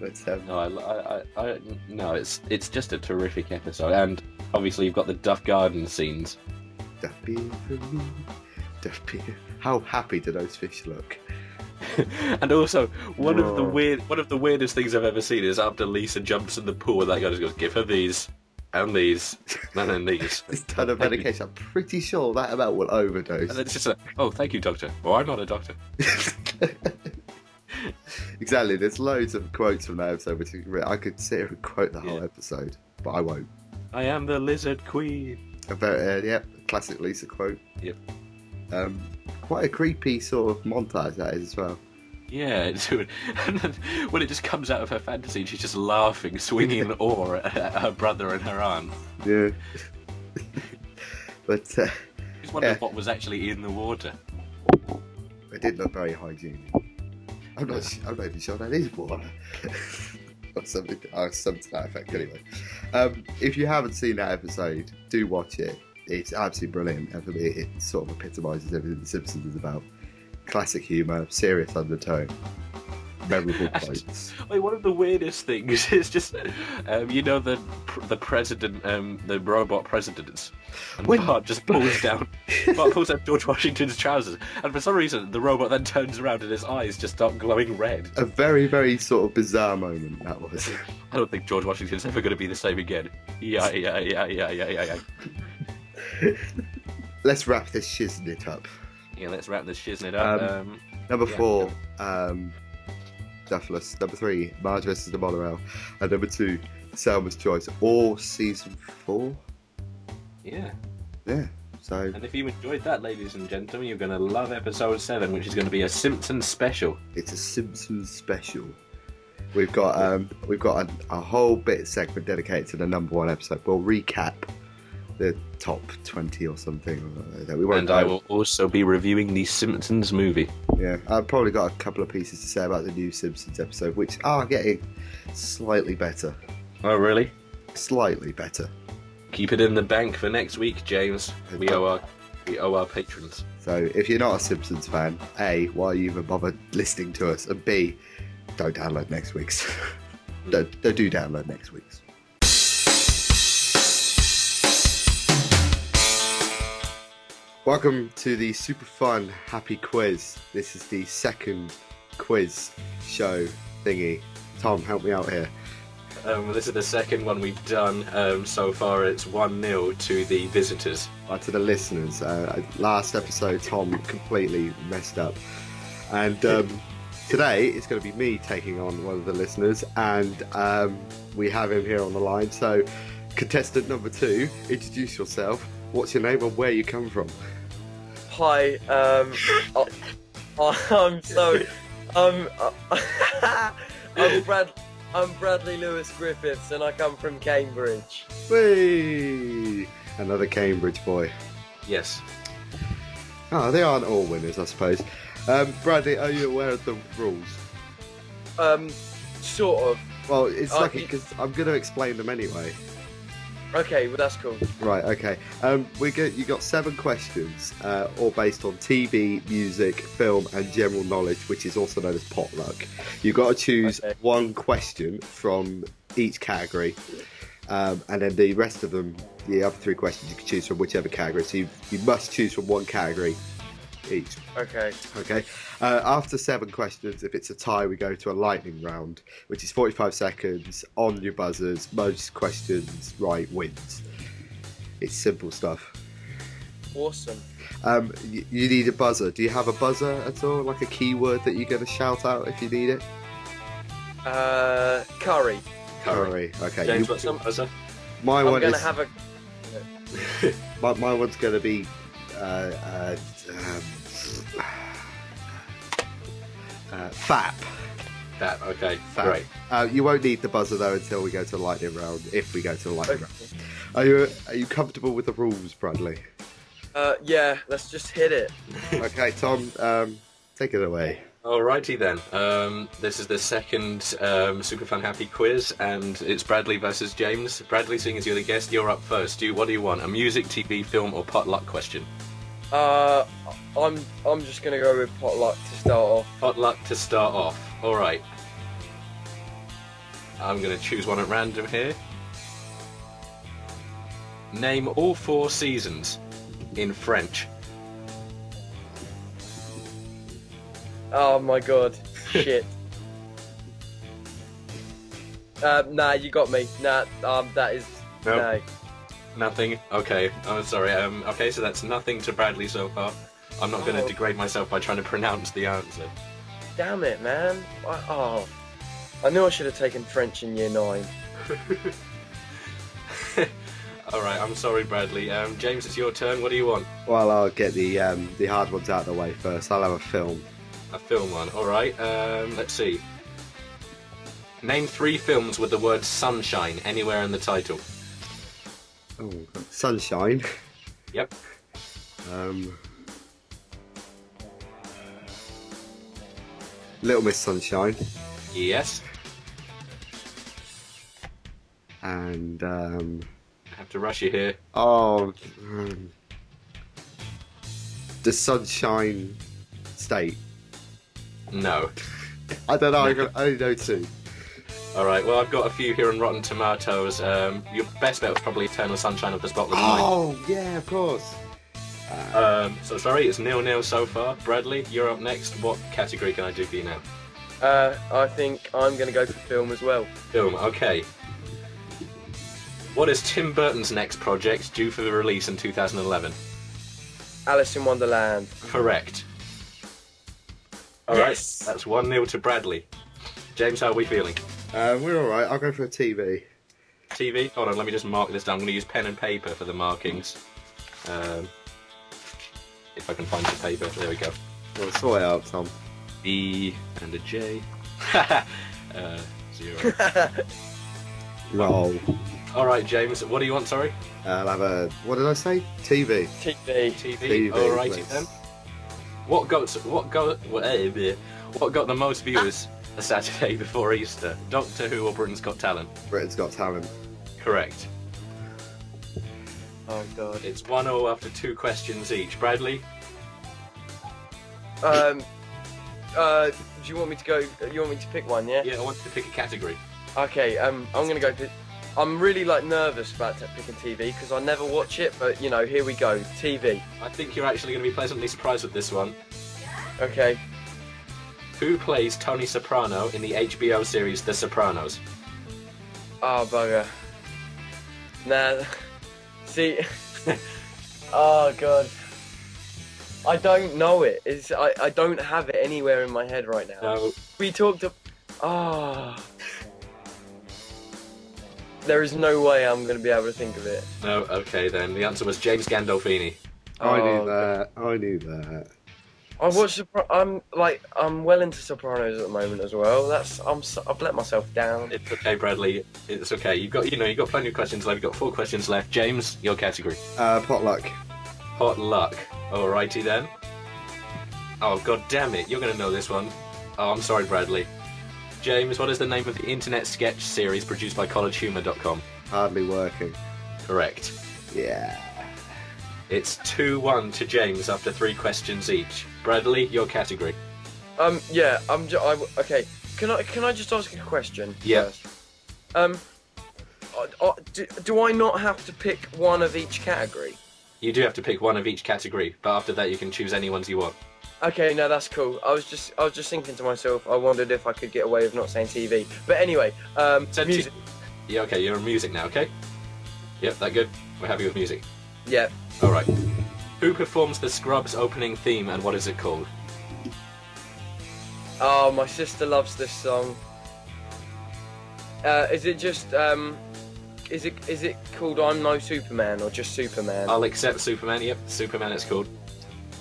[SPEAKER 1] but um,
[SPEAKER 2] No, I, I, I, I, no, it's it's just a terrific episode, and obviously you've got the Duff Garden scenes.
[SPEAKER 1] Duff beer for me. Duff beer. How happy do those fish look?
[SPEAKER 2] and also one of the
[SPEAKER 1] Roar.
[SPEAKER 2] weird one of the weirdest things I've ever seen is after Lisa jumps in the pool, that guy just goes, "Give her these and these and then these."
[SPEAKER 1] This ton of medication. I'm pretty sure that amount will
[SPEAKER 2] And
[SPEAKER 1] overdose.
[SPEAKER 2] then it's just like, oh, thank you, doctor. Well, I'm not a doctor.
[SPEAKER 1] exactly. There's loads of quotes from that episode, which is re- I could sit here and quote the whole
[SPEAKER 2] Yeah.
[SPEAKER 1] episode, but I won't.
[SPEAKER 2] I am the lizard queen.
[SPEAKER 1] About, uh, yeah, classic Lisa quote.
[SPEAKER 2] Yep.
[SPEAKER 1] Um, quite a creepy sort of montage that is as well.
[SPEAKER 2] Yeah, it's, and then when it just comes out of her fantasy, and she's just laughing, swinging in awe at her- her brother and her aunt.
[SPEAKER 1] Yeah. but uh,
[SPEAKER 2] Just wondered
[SPEAKER 1] Yeah.
[SPEAKER 2] what was actually in the water.
[SPEAKER 1] it did look very hygienic. I'm not. su- I'm not even sure that is water. or something, or something to that effect. Anyway, um, if you haven't seen that episode, do watch it. It's absolutely brilliant, and for me, it sort of epitomises everything The Simpsons is about: classic humour, serious undertone, memorable quotes.
[SPEAKER 2] Like one of the weirdest things is just, um, you know, the pr- the president, um, the robot presidents, and
[SPEAKER 1] When-
[SPEAKER 2] Bart just pulls down, Bart pulls down George Washington's trousers, and for some reason the robot then turns around and his eyes just start glowing red.
[SPEAKER 1] A very, very sort of bizarre moment that was.
[SPEAKER 2] I don't think George Washington's ever going to be the same again. Yeah, yeah, yeah, yeah, yeah, yeah, yeah.
[SPEAKER 1] Let's wrap this shiznit up.
[SPEAKER 2] Yeah, let's wrap this shiznit up.
[SPEAKER 1] Um,
[SPEAKER 2] Um,
[SPEAKER 1] Number
[SPEAKER 2] Yeah.
[SPEAKER 1] four, um, Duffless. Number three, Marge versus the Monorail. And number two, Selma's Choice. All season four.
[SPEAKER 2] yeah.
[SPEAKER 1] Yeah. So
[SPEAKER 2] And if you enjoyed that, ladies and gentlemen, you're going to love episode seven, which is going to be a Simpson special.
[SPEAKER 1] it's a Simpsons special. We've got um, we've got a, a whole bit segment dedicated to the number one episode. We'll recap the top twenty or something. That we won't
[SPEAKER 2] And I
[SPEAKER 1] go-
[SPEAKER 2] will also be reviewing the Simpsons movie.
[SPEAKER 1] Yeah, I've probably got a couple of pieces to say about the new Simpsons episode, which are getting slightly better.
[SPEAKER 2] Oh, really?
[SPEAKER 1] Slightly better.
[SPEAKER 2] Keep it in the bank for next week, James. We owe our we owe our patrons.
[SPEAKER 1] So if you're not a Simpsons fan, A, why you even bother listening to us? And B, don't download next week's. don't, don't do download next week's. Welcome to the super fun happy quiz. This is the second quiz show thingy. Tom, help me out here.
[SPEAKER 2] Um, this is the second one we've done um, so far. It's one 0 to the visitors.
[SPEAKER 1] uh, to the listeners. Uh, last episode, Tom completely messed up, and um, today it's going to be me taking on one of the listeners, and um, we have him here on the line. So, contestant number two, introduce yourself. What's your name and where you come from?
[SPEAKER 3] Hi, um, I, I'm sorry, um, I'm Brad, I'm Bradley Lewis Griffiths, and I come from Cambridge.
[SPEAKER 1] Whee! Another Cambridge boy.
[SPEAKER 2] Yes.
[SPEAKER 1] Oh, they aren't all winners, I suppose. Um, Bradley, are you aware of the rules?
[SPEAKER 3] Um, sort of.
[SPEAKER 1] Well, it's
[SPEAKER 3] Uh,
[SPEAKER 1] lucky
[SPEAKER 3] y-
[SPEAKER 1] because I'm going to explain them anyway.
[SPEAKER 3] Okay, well that's cool.
[SPEAKER 1] Right. Okay. Um, we got you got seven questions, uh, all based on TV, music, film, and general knowledge, which is also known as potluck. You've got to choose
[SPEAKER 3] Okay.
[SPEAKER 1] one question from each category, um, and then the rest of them, the other three questions, you can choose from whichever category. So you, you must choose from one category each.
[SPEAKER 3] Okay,
[SPEAKER 1] Okay. Uh, after seven questions, if it's a tie, we go to a lightning round, which is 45 seconds on your buzzers. Most questions right wins. It's simple stuff.
[SPEAKER 3] awesome.
[SPEAKER 1] Um, you, you need a buzzer. Do you have a buzzer at all? Like a keyword that you're going to shout out if you need it?
[SPEAKER 3] Uh, curry.
[SPEAKER 1] Curry. Okay.
[SPEAKER 2] James,
[SPEAKER 1] You,
[SPEAKER 2] what's your buzzer?
[SPEAKER 1] my,
[SPEAKER 3] I'm
[SPEAKER 1] one
[SPEAKER 3] gonna
[SPEAKER 1] is,
[SPEAKER 3] have a.
[SPEAKER 1] my, my one's going to be. Uh, uh, um, uh, fap.
[SPEAKER 2] That. Okay.
[SPEAKER 1] Fap.
[SPEAKER 2] Great.
[SPEAKER 1] Uh, you won't need the buzzer though until we go to the lightning round. If we go to the lightning
[SPEAKER 3] Okay.
[SPEAKER 1] round. Are you are you comfortable with the rules, Bradley?
[SPEAKER 3] Uh, yeah, let's just hit it.
[SPEAKER 1] okay, Tom, um, take it away.
[SPEAKER 2] Alrighty then. Um, this is the second um, Superfan Happy quiz, and it's Bradley versus James. Bradley, seeing as you're the guest, you're up first. Do you, what do you want? A music, TV, film, or potluck question?
[SPEAKER 3] Uh, I'm I'm just gonna go with potluck to start off.
[SPEAKER 2] Potluck to start off. All right. I'm going to choose one at random here. Name all four seasons in French.
[SPEAKER 3] Oh my god. Shit. uh, nah, you got me. Nah, um, that is.
[SPEAKER 2] No.
[SPEAKER 3] No.
[SPEAKER 2] Nothing. Okay. I'm sorry. Um, okay, so that's nothing to Bradley so far. I'm not going to
[SPEAKER 3] Oh.
[SPEAKER 2] degrade myself by trying to pronounce the answer.
[SPEAKER 3] Damn it, man. I, oh. I knew I should have taken French in year nine.
[SPEAKER 2] All right, I'm sorry, Bradley. Um, James, it's your turn. What do you want?
[SPEAKER 1] Well, I'll get the um, the hard ones out of the way first. I'll have a film.
[SPEAKER 2] A film one. All right. Um, let's see. Name three films with the word sunshine anywhere in the title.
[SPEAKER 1] Oh, sunshine.
[SPEAKER 2] Yep.
[SPEAKER 1] Um, Little Miss Sunshine
[SPEAKER 2] Yes.
[SPEAKER 1] and um,
[SPEAKER 2] I have to rush you here.
[SPEAKER 1] oh, um, the Sunshine State.
[SPEAKER 2] No.
[SPEAKER 1] I don't know. I can- I only know two.
[SPEAKER 2] All right. Well, I've got a few here on Rotten Tomatoes. Um, your best bet was probably Eternal Sunshine of the Spotless Mind.
[SPEAKER 1] Oh yeah, of course.
[SPEAKER 2] Um, so sorry, it's nil nil so far. Bradley, you're up next. What category can I do for you now?
[SPEAKER 3] Uh, I think I'm going to go for film as well.
[SPEAKER 2] Film. Okay. What is Tim Burton's next project due for the release in 2011?
[SPEAKER 3] Alice in Wonderland.
[SPEAKER 2] Correct. All right.
[SPEAKER 3] Yes.
[SPEAKER 2] That's one nil to Bradley. James, how are we feeling?
[SPEAKER 1] Uh, we're all right. I'll go for a TV.
[SPEAKER 2] TV. Hold on, let me just mark this down. I'm going to use pen and paper for the markings. Um, if I can find the paper, there we go.
[SPEAKER 1] Well, sort it out, Tom.
[SPEAKER 2] B and a J. uh, zero.
[SPEAKER 1] Lol.
[SPEAKER 2] All right, James. What do you want? Sorry,
[SPEAKER 1] I'll Uh, have a. What did I say? TV.
[SPEAKER 3] TV.
[SPEAKER 2] TV.
[SPEAKER 1] TV,
[SPEAKER 2] All righty
[SPEAKER 1] please.
[SPEAKER 2] then. What got what got what, eh, bleh. what got the most viewers the Saturday before Easter? Doctor Who or Britain's Got Talent?
[SPEAKER 1] Britain's Got Talent.
[SPEAKER 2] Correct.
[SPEAKER 3] Oh god.
[SPEAKER 2] It's one 0 after two questions each. Bradley.
[SPEAKER 3] Um. Uh, do you want me to go? You want me to pick one? Yeah.
[SPEAKER 2] Yeah, I want you to pick a category.
[SPEAKER 3] Okay. Um, I'm gonna go. For, I'm really like nervous about t- picking TV because I never watch it, but you know, here we go. TV.
[SPEAKER 2] I think you're actually going to be pleasantly surprised with this one.
[SPEAKER 3] Okay.
[SPEAKER 2] Who plays Tony Soprano in the HBO series The Sopranos?
[SPEAKER 3] Oh bugger. Nah. See. oh god. I don't know it. It's, I, I don't have it anywhere in my head right now.
[SPEAKER 2] No,
[SPEAKER 3] We talked. ab- Ah. There is no way I'm going to be able to think of it.
[SPEAKER 2] no, okay then. The answer was James Gandolfini.
[SPEAKER 1] I
[SPEAKER 3] Oh,
[SPEAKER 1] knew that. I knew that.
[SPEAKER 3] I watched. Sopra- I'm like I'm well into Sopranos at the moment as well. That's I'm so- I've let myself down.
[SPEAKER 2] It's okay, Bradley. It's okay. You've got, you know, you've got plenty of questions left. You've got four questions left. James, your category.
[SPEAKER 1] Uh, potluck.
[SPEAKER 2] Hot luck. Alrighty then. Oh god damn it! You're going to know this one. Oh, I'm sorry, Bradley. James, what is the name of the internet sketch series produced by CollegeHumor.com?
[SPEAKER 1] Hardly working.
[SPEAKER 2] Correct.
[SPEAKER 1] Yeah.
[SPEAKER 2] It's 2 1 to James after three questions each. Bradley, your category.
[SPEAKER 3] Um, yeah, I'm. Ju- I, okay, can I can I just ask a question?
[SPEAKER 2] Yeah.
[SPEAKER 3] first? Um, I, I, do, do I not have to pick one of each category?
[SPEAKER 2] You do have to pick one of each category, but after that you can choose any ones you want.
[SPEAKER 3] Okay, no, that's cool. I was just I was just thinking to myself. I wondered if I could get away with not saying TV. But anyway, um,
[SPEAKER 2] Said t-
[SPEAKER 3] music.
[SPEAKER 2] Yeah, okay, you're on music now, okay? Yep, that good. We're happy with music.
[SPEAKER 3] Yeah.
[SPEAKER 2] Alright. Who performs the Scrubs opening theme and what is it called?
[SPEAKER 3] Oh, my sister loves this song. Uh, is it just um, is it is it called I'm No Superman or just Superman?
[SPEAKER 2] I'll accept Superman, yep, Superman it's called.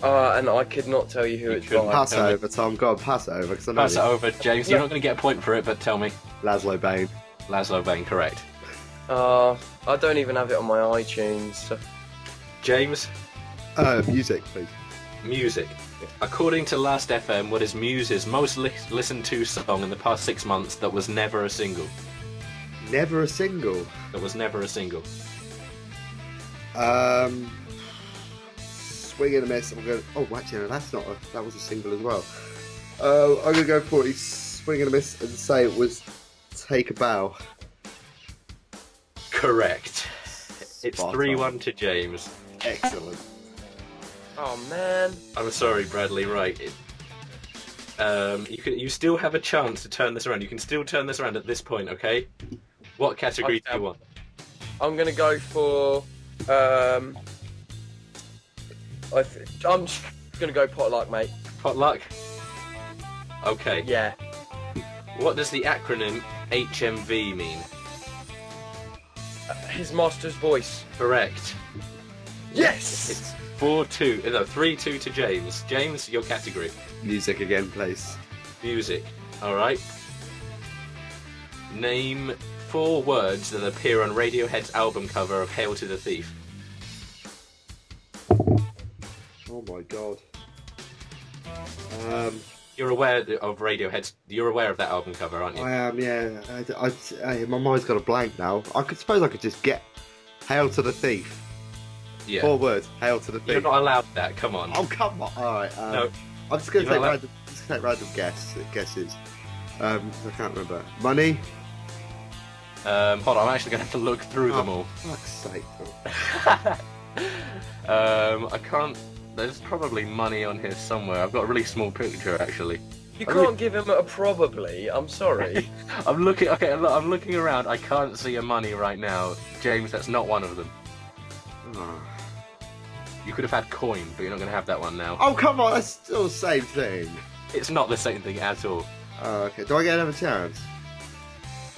[SPEAKER 3] Uh, and I could not tell you who
[SPEAKER 2] You
[SPEAKER 3] it's
[SPEAKER 2] couldn't.
[SPEAKER 3] by.
[SPEAKER 1] Pass it over, Tom. Go on, pass it over, because I know
[SPEAKER 2] Pass it
[SPEAKER 1] you-
[SPEAKER 2] over, James. You're not going to get a point for it, but tell me.
[SPEAKER 1] Laszlo Bain.
[SPEAKER 2] Laszlo Bain, correct.
[SPEAKER 3] Uh, I don't even have it on my iTunes. so-
[SPEAKER 2] James,
[SPEAKER 1] Uh, music, please.
[SPEAKER 2] music. According to Last FM, what is Muse's most li- listened to song in the past six months that was never a single?
[SPEAKER 1] Never a single.
[SPEAKER 2] That was never a single.
[SPEAKER 1] Um, swing and a miss. I'm going. Oh, actually, no, that's not. A, that was a single as well. Uh, I'm going to go for a swing and a miss and say it was "Take a Bow."
[SPEAKER 2] Correct. It's
[SPEAKER 1] Spot
[SPEAKER 2] 3
[SPEAKER 1] on.
[SPEAKER 2] 1 to James.
[SPEAKER 1] Excellent.
[SPEAKER 3] Oh man.
[SPEAKER 2] I'm sorry, Bradley. Right. It, um, you can, you still have a chance to turn this around. You can still turn this around at this point, okay? What category do you want?
[SPEAKER 3] I'm gonna go for. Um, I th- I'm just gonna go potluck, mate.
[SPEAKER 2] Potluck. Okay.
[SPEAKER 3] Yeah.
[SPEAKER 2] What does the acronym HMV mean?
[SPEAKER 3] his master's voice.
[SPEAKER 2] Correct.
[SPEAKER 3] Yes!
[SPEAKER 2] It's 4 2. No, 3 2 to James. James, your category.
[SPEAKER 1] Music again, please.
[SPEAKER 2] Music. Alright. Name four words that appear on Radiohead's album cover of Hail to the Thief.
[SPEAKER 1] Oh my god. Um,
[SPEAKER 2] You're aware th- of Radiohead's. You're aware of that album cover, aren't you?
[SPEAKER 1] I am, yeah. I, I- I- my mind's got a blank now. I could suppose I could just get Hail to the Thief.
[SPEAKER 2] yeah.
[SPEAKER 1] Four words, Hail to the Thief.
[SPEAKER 2] You're not allowed that. Come on.
[SPEAKER 1] Oh, come on. Alright, um,
[SPEAKER 2] No.
[SPEAKER 1] I'm just going to
[SPEAKER 2] You're
[SPEAKER 1] take
[SPEAKER 2] not allowed-
[SPEAKER 1] random, just take random guess, guesses. Um, I can't remember. Money?
[SPEAKER 2] Um, hold on. I'm actually going to have to look through them
[SPEAKER 1] Oh.
[SPEAKER 2] all.
[SPEAKER 1] Fuck's sake.
[SPEAKER 2] Um, I can't. There's probably money on here somewhere. I've got a really small picture actually.
[SPEAKER 3] You
[SPEAKER 2] I mean-
[SPEAKER 3] can't give him a probably. I'm sorry.
[SPEAKER 2] I'm looking. Okay, I'm lo- I'm looking around. I can't see a money right now, James. That's not one of them.
[SPEAKER 1] Oh.
[SPEAKER 2] You could have had coin, but you're not going to have that one now.
[SPEAKER 1] Oh, come on, that's still the same thing.
[SPEAKER 2] It's not the same thing at all.
[SPEAKER 1] Oh, okay. Do I get another chance?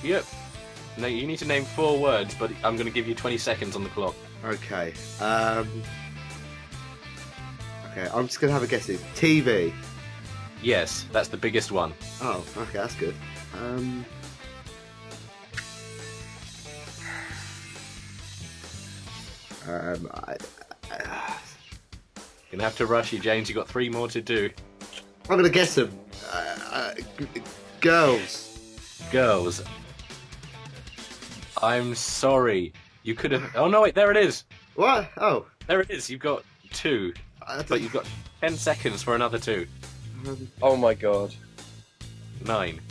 [SPEAKER 2] Yep. No, you need to name four words, but I'm going to give you 20 seconds on the clock.
[SPEAKER 1] Okay. Um, okay, I'm just going to have a guess. It's TV.
[SPEAKER 2] Yes, that's the biggest one.
[SPEAKER 1] Oh, okay, that's good. Um, um, I, I,
[SPEAKER 2] You're going to have to rush you, James. You've got three more to do.
[SPEAKER 1] I'm gonna guess them. Uh, uh, g- g- girls.
[SPEAKER 2] Girls. I'm sorry. You could have. Oh, no, wait, there it is.
[SPEAKER 1] What? Oh,
[SPEAKER 2] There it is. You've got two,
[SPEAKER 1] I
[SPEAKER 2] but you've got 10 seconds for another two.
[SPEAKER 1] Um,
[SPEAKER 3] oh my god.
[SPEAKER 2] Nine.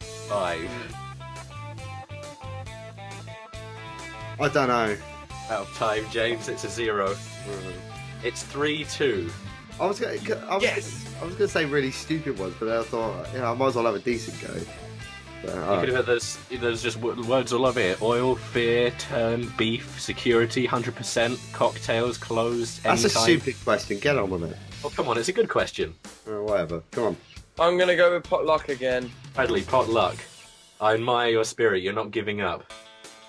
[SPEAKER 2] Five.
[SPEAKER 1] I don't know.
[SPEAKER 2] Out of time, James. It's a zero. It's 3 2.
[SPEAKER 1] I was gonna. I was,
[SPEAKER 3] Yes!
[SPEAKER 1] I was gonna say really stupid ones, but then I thought, you know, I might as well have a decent go. But, uh,
[SPEAKER 2] You
[SPEAKER 1] alright.
[SPEAKER 2] could have had those, those just w- words all over it. Oil, fear, turn, beef, security, 100%, cocktails, clothes, end
[SPEAKER 1] That's a
[SPEAKER 2] time.
[SPEAKER 1] stupid question. Get on with it.
[SPEAKER 2] Oh, come on, it's a good question.
[SPEAKER 1] Uh, whatever. Come on.
[SPEAKER 3] I'm gonna go with potluck again.
[SPEAKER 2] Bradley, potluck. I admire your spirit. You're not giving up.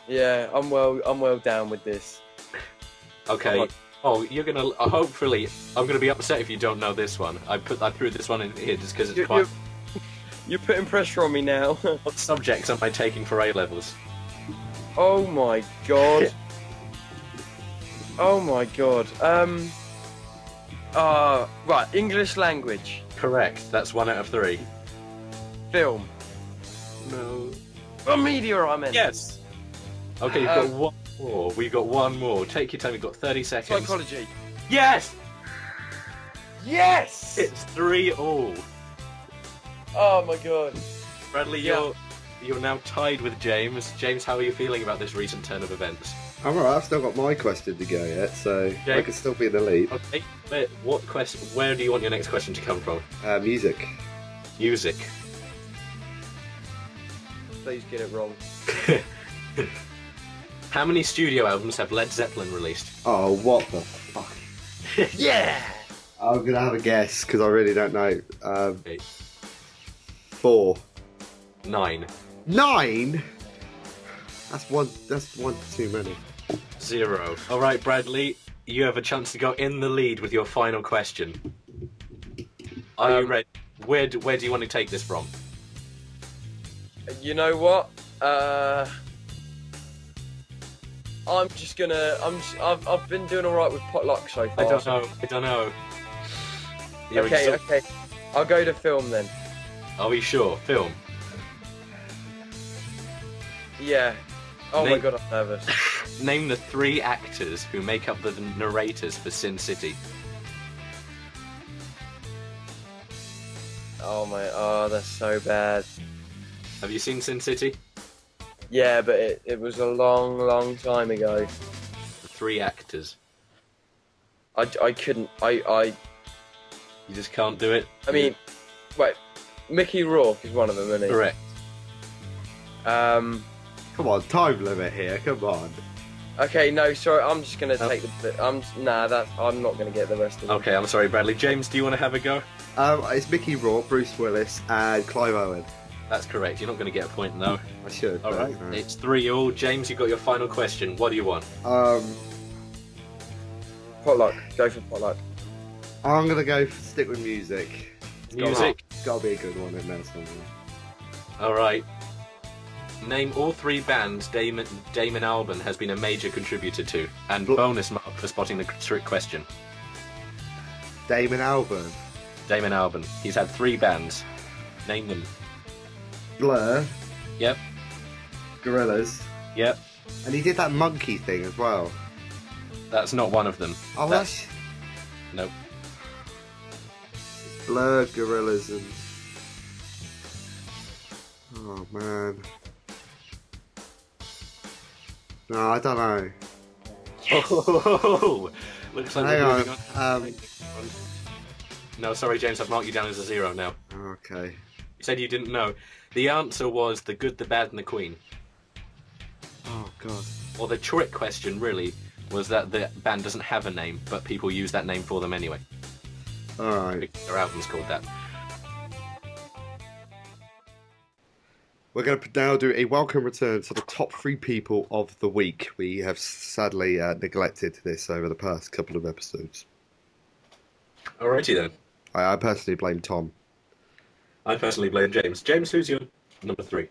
[SPEAKER 3] Yeah, I'm well. I'm well down with this.
[SPEAKER 2] Okay.
[SPEAKER 3] Potluck.
[SPEAKER 2] Oh, you're gonna. Uh, hopefully, I'm gonna be upset if you don't know this one. I put I threw this one in here just because it's
[SPEAKER 3] You-
[SPEAKER 2] quite.
[SPEAKER 3] you- You're putting pressure on me now.
[SPEAKER 2] What subjects am I taking for A levels?
[SPEAKER 3] oh my god. oh my god. Um. Uh, right. English language,
[SPEAKER 2] Correct. That's one out of three.
[SPEAKER 3] film,
[SPEAKER 2] No.
[SPEAKER 3] or media. I meant.
[SPEAKER 2] Yes. Uh, Okay, you've got
[SPEAKER 3] Um,
[SPEAKER 2] one more. We've got one more. Take your time. You've got 30 seconds.
[SPEAKER 3] Psychology.
[SPEAKER 2] Yes.
[SPEAKER 3] Yes.
[SPEAKER 2] It's three all.
[SPEAKER 3] Oh my god.
[SPEAKER 2] Bradley,
[SPEAKER 3] Yeah.
[SPEAKER 2] you're you're now tied with James. James, how are you feeling about this recent turn of events?
[SPEAKER 1] I'm alright. I've still got my question to go yet, so I
[SPEAKER 2] Jake?
[SPEAKER 1] could still be in the lead.
[SPEAKER 2] Okay, where, what question? Where do you want your next question to come from?
[SPEAKER 1] Uh, music.
[SPEAKER 2] Music.
[SPEAKER 3] Please get it wrong.
[SPEAKER 2] How many studio albums have Led Zeppelin released?
[SPEAKER 1] Oh, what the fuck?
[SPEAKER 3] Yeah.
[SPEAKER 1] I'm gonna have a guess because I really don't know. Um,
[SPEAKER 2] Okay,
[SPEAKER 1] four.
[SPEAKER 2] nine,
[SPEAKER 1] Nine. That's one. That's one too many.
[SPEAKER 2] zero. All right, Bradley, you have a chance to go in the lead with your final question. Are you
[SPEAKER 3] Um,
[SPEAKER 2] ready? Where do, where do you want to take this from?
[SPEAKER 3] You know what? Uh, I'm just gonna. I'm. s have I've been doing all right with potluck so far.
[SPEAKER 2] I don't know. I don't know. You're
[SPEAKER 3] okay,
[SPEAKER 2] exha-
[SPEAKER 3] okay. I'll go to film then.
[SPEAKER 2] Are we sure? Film.
[SPEAKER 3] Yeah. Oh my
[SPEAKER 2] Nate-
[SPEAKER 3] god, I'm nervous.
[SPEAKER 2] Name the three actors who make up the narrators for Sin City.
[SPEAKER 3] Oh my. Oh, that's so bad.
[SPEAKER 2] Have you seen Sin City?
[SPEAKER 3] Yeah, but it, it was a long, long time ago.
[SPEAKER 2] The three actors.
[SPEAKER 3] I, I couldn't. I I
[SPEAKER 2] You just can't do it.
[SPEAKER 3] I mean, wait. Mickey Rourke is one of them, isn't
[SPEAKER 2] correct.
[SPEAKER 3] he? Um.
[SPEAKER 1] Come on, time limit here. Come on.
[SPEAKER 3] Okay, no, sorry. I'm just gonna
[SPEAKER 2] Oh.
[SPEAKER 3] take the. I'm nah. That I'm not gonna get the rest of them.
[SPEAKER 2] Okay, I'm sorry, Bradley. James, do you want to have a go?
[SPEAKER 1] Um, it's Mickey Rourke, Bruce Willis, and Clive Owen.
[SPEAKER 2] That's correct. You're not going to get a point, though.
[SPEAKER 1] I should.
[SPEAKER 2] All
[SPEAKER 1] but
[SPEAKER 2] right.
[SPEAKER 1] no.
[SPEAKER 2] It's three all. James, you've got your final question. What do you want?
[SPEAKER 1] Um,
[SPEAKER 2] Oh.
[SPEAKER 3] Potluck. Go for potluck.
[SPEAKER 1] I'm gonna go f- stick with music.
[SPEAKER 2] Music.
[SPEAKER 1] It's gotta be a good one in there somewhere.
[SPEAKER 2] All right. Name all three bands Damon Damon Alban has been a major contributor to, and
[SPEAKER 1] Bl-
[SPEAKER 2] bonus mark for spotting the trick question.
[SPEAKER 1] Damon Albarn,
[SPEAKER 2] Damon Alban. He's had three bands. Name them.
[SPEAKER 1] Blur,
[SPEAKER 2] Yep.
[SPEAKER 1] Gorillas,
[SPEAKER 2] Yep.
[SPEAKER 1] and he did that monkey thing as well.
[SPEAKER 2] That's not one of them.
[SPEAKER 1] Oh,
[SPEAKER 2] That's-
[SPEAKER 1] that's,
[SPEAKER 2] Nope.
[SPEAKER 1] Blur, Gorillas, and oh man. No, I don't know.
[SPEAKER 2] Oh, looks like
[SPEAKER 1] Hang
[SPEAKER 2] we're
[SPEAKER 1] on.
[SPEAKER 2] moving on.
[SPEAKER 1] Um,
[SPEAKER 2] No, sorry, James. I've marked you down as a zero now.
[SPEAKER 1] okay.
[SPEAKER 2] You said you didn't know. The answer was the good, the bad, and the queen.
[SPEAKER 1] Oh god.
[SPEAKER 2] Or the trick question, really, was that the band doesn't have a name, but people use that name for them anyway.
[SPEAKER 1] All right.
[SPEAKER 2] Their album's called that.
[SPEAKER 1] We're going to now do a welcome return to the top three people of the week. We have sadly uh, neglected this over the past couple of episodes.
[SPEAKER 2] Alrighty then.
[SPEAKER 1] I, I personally blame Tom.
[SPEAKER 2] I personally blame James. James, who's your number three?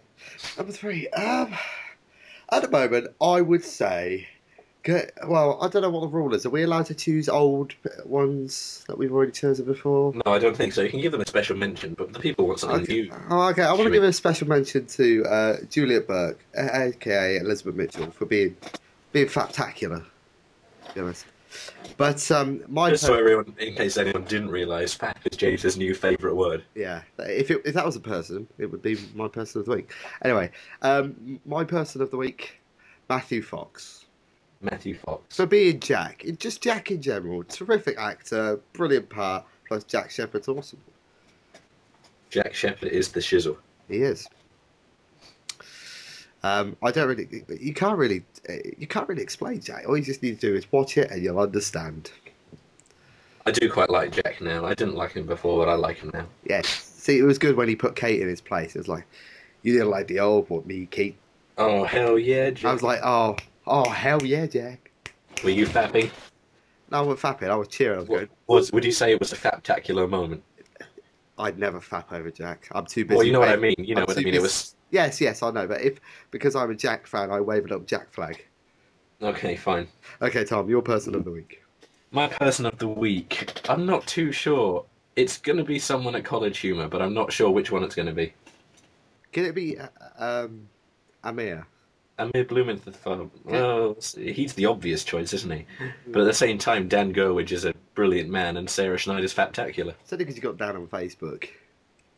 [SPEAKER 1] Number three. Um, at the moment, I would say. Get, well, I don't know what the rule is. Are we allowed to choose old ones that we've already chosen before?
[SPEAKER 2] No, I don't think so. You can give them a special mention, but the people want something
[SPEAKER 1] Okay.
[SPEAKER 2] new.
[SPEAKER 1] Oh, okay. I want
[SPEAKER 2] Should
[SPEAKER 1] to
[SPEAKER 2] we-
[SPEAKER 1] give a special mention to uh, Juliet Burke, a- aka Elizabeth Mitchell, for being being factacular. to be honest. But um, my
[SPEAKER 2] Just
[SPEAKER 1] per-
[SPEAKER 2] so everyone, in case anyone didn't realise, fact is James's new favourite word.
[SPEAKER 1] Yeah, if it, if that was a person, it would be my person of the week. Anyway, um, my person of the week, Matthew Fox.
[SPEAKER 2] Matthew Fox.
[SPEAKER 1] So being Jack, it- just Jack in general, terrific actor, brilliant part. Plus Jack Shepherd's awesome.
[SPEAKER 2] Jack Shepherd is the shizzle.
[SPEAKER 1] He is. Um, I don't really. You can't really. eh, You can't really explain Jack. All you just need to do is watch it, and you'll understand.
[SPEAKER 2] I do quite like Jack now. I didn't like him before, but I like him now.
[SPEAKER 1] Yes. See, it was good when he put Kate in his place. It was like, you didn't like the old one, me, Kate.
[SPEAKER 2] Oh, hell yeah, Jack.
[SPEAKER 1] I was like, oh, oh, hell yeah, Jack.
[SPEAKER 2] Were you fapping?
[SPEAKER 1] No, I wasn't fapping. I was cheering. I was
[SPEAKER 2] What,
[SPEAKER 1] going,
[SPEAKER 2] was, would you say it was a faptacular moment?
[SPEAKER 1] I'd never fap over Jack. I'm too busy.
[SPEAKER 2] Well, you know what I
[SPEAKER 1] waving-
[SPEAKER 2] mean. You know
[SPEAKER 1] I'm
[SPEAKER 2] what I
[SPEAKER 1] too
[SPEAKER 2] mean.
[SPEAKER 1] busy-
[SPEAKER 2] It was.
[SPEAKER 1] Yes, yes, I know. But if because I'm a Jack fan, I wave an up Jack flag.
[SPEAKER 2] Okay, fine.
[SPEAKER 1] Okay, Tom, your person of the week.
[SPEAKER 2] My person of the week. I'm not too sure. It's going to be someone at College Humor, but I'm not sure which one it's going to be.
[SPEAKER 1] Can it be uh, um, Amir?
[SPEAKER 2] Amir Blumenthal. Well, he's the obvious choice, isn't he? But at the same time, Dan Gerwig is a brilliant man, and Sarah Schneider's faptacular.
[SPEAKER 1] It's only because you got down on Facebook.